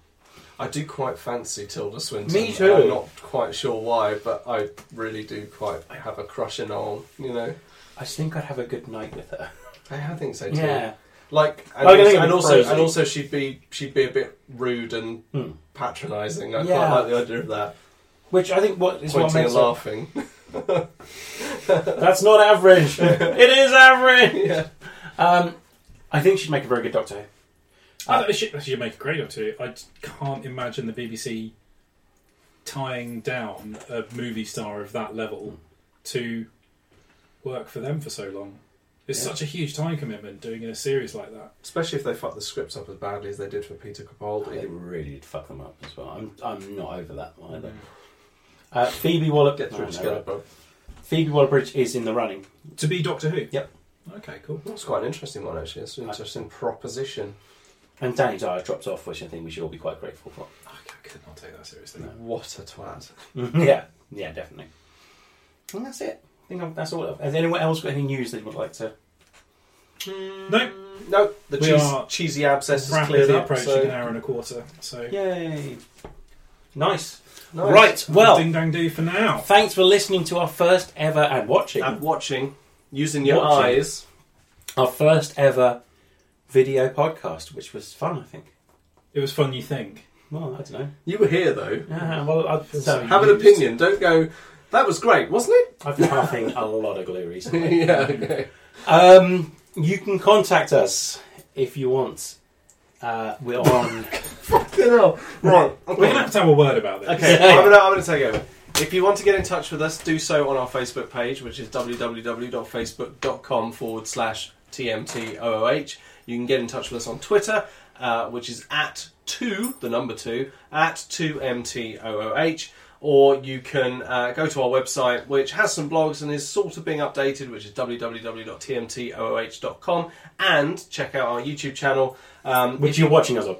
Speaker 2: I do quite fancy Tilda Swinton.
Speaker 1: Me
Speaker 2: and
Speaker 1: too.
Speaker 2: I'm not quite sure why, but I really do quite have a crush on all. You know,
Speaker 1: I think I'd have a good night with her.
Speaker 2: I, I think so too.
Speaker 1: Yeah. Oh,
Speaker 2: Like, and,
Speaker 1: Like, I
Speaker 2: also,
Speaker 1: think it'd
Speaker 2: and
Speaker 1: be
Speaker 2: also,
Speaker 1: crazy.
Speaker 2: and also, she'd be she'd be a bit rude and
Speaker 1: Hmm.
Speaker 2: patronising. I quite
Speaker 1: Yeah.
Speaker 2: like the idea of that.
Speaker 1: Which I think what is what
Speaker 2: Pointing and
Speaker 1: makes it,
Speaker 2: laughing.
Speaker 1: that's not average. it is average.
Speaker 2: yeah.
Speaker 1: Um, I think she'd make a very good Doctor. Who.
Speaker 3: I don't, she, she make a great two. I just can't imagine the BBC tying down a movie star of that
Speaker 2: Hmm.
Speaker 3: level to work for them for so long. It's
Speaker 1: Yeah.
Speaker 3: such a huge time commitment doing a series like that.
Speaker 2: Especially if they fuck the scripts up as badly as they did for Peter
Speaker 1: They
Speaker 2: Capaldi.
Speaker 1: really did fuck them up as well. I'm I'm not over that one either. Uh, Phoebe Waller
Speaker 2: Get through
Speaker 1: no, no,
Speaker 2: together,
Speaker 1: right.
Speaker 2: Bob.
Speaker 1: Phoebe Waller Bridge is in the running.
Speaker 3: To be Doctor Who?
Speaker 1: Yep.
Speaker 3: Okay, cool.
Speaker 2: That's quite an interesting one, actually. It's an interesting proposition.
Speaker 1: And Danny Dyer dropped off, which I think we should all be quite grateful for.
Speaker 3: I c- I could not take that seriously.
Speaker 2: What a twat.
Speaker 1: Yeah, yeah, definitely. And that's it. I think I'm, that's all. Has anyone else got any news they would like to?
Speaker 3: Nope.
Speaker 2: Nope. The
Speaker 3: We
Speaker 2: cheese,
Speaker 3: are
Speaker 2: cheesy abscess is
Speaker 3: Rapidly
Speaker 2: cleared up.
Speaker 3: approaching
Speaker 2: so-
Speaker 3: an hour and a quarter. So
Speaker 1: Yay! Nice.
Speaker 2: Nice.
Speaker 1: Right. Well,
Speaker 3: ding dang do for now.
Speaker 1: thanks for listening to our first ever and watching
Speaker 2: And watching, using your
Speaker 1: Watching.
Speaker 2: eyes.
Speaker 1: our first ever video podcast, which was fun. I think.
Speaker 3: It was fun. You think?
Speaker 1: Well, I don't know.
Speaker 2: You were here though.
Speaker 1: Yeah, well, I've,
Speaker 3: So-
Speaker 1: so,
Speaker 2: Have an
Speaker 3: Used.
Speaker 2: opinion. Don't go. That was great, wasn't it?
Speaker 1: I've been huffing a lot of glue recently.
Speaker 2: yeah. Okay.
Speaker 1: Um, you can contact us if you want. Uh, we're on.
Speaker 2: Fucking hell. Right.
Speaker 3: We're gonna
Speaker 2: Okay.
Speaker 3: have to have a word about this.
Speaker 2: okay.
Speaker 1: Yeah.
Speaker 2: I'm gonna, I'm gonna take over. If you want to get in touch with us, do so on our Facebook page, which is www.facebook.com forward slash TMTOOH. You can get in touch with us on Twitter, uh, which is at 2, the number 2, at 2MTOOH. Or you can uh, go to our website, which has some blogs and is sort of being updated, which is www.tmtooh.com, and check out our YouTube channel. Um,
Speaker 1: Which you're watching us on.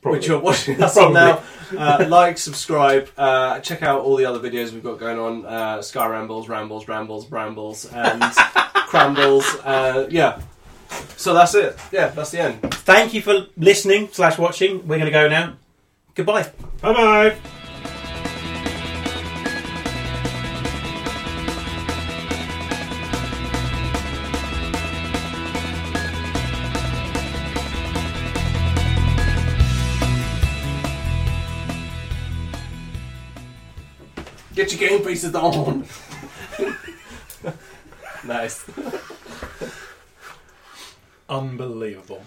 Speaker 1: probably.
Speaker 2: which you're watching us on now. Uh, like, subscribe, uh, check out all the other videos we've got going on uh, Sky Rambles, Rambles, Rambles, Rambles, and Crambles. Uh, yeah. So that's it. Yeah, that's the end.
Speaker 1: Thank you for listening slash watching. We're going to go now. Goodbye.
Speaker 3: Bye bye.
Speaker 2: Get your game pieces on! nice.
Speaker 3: Unbelievable.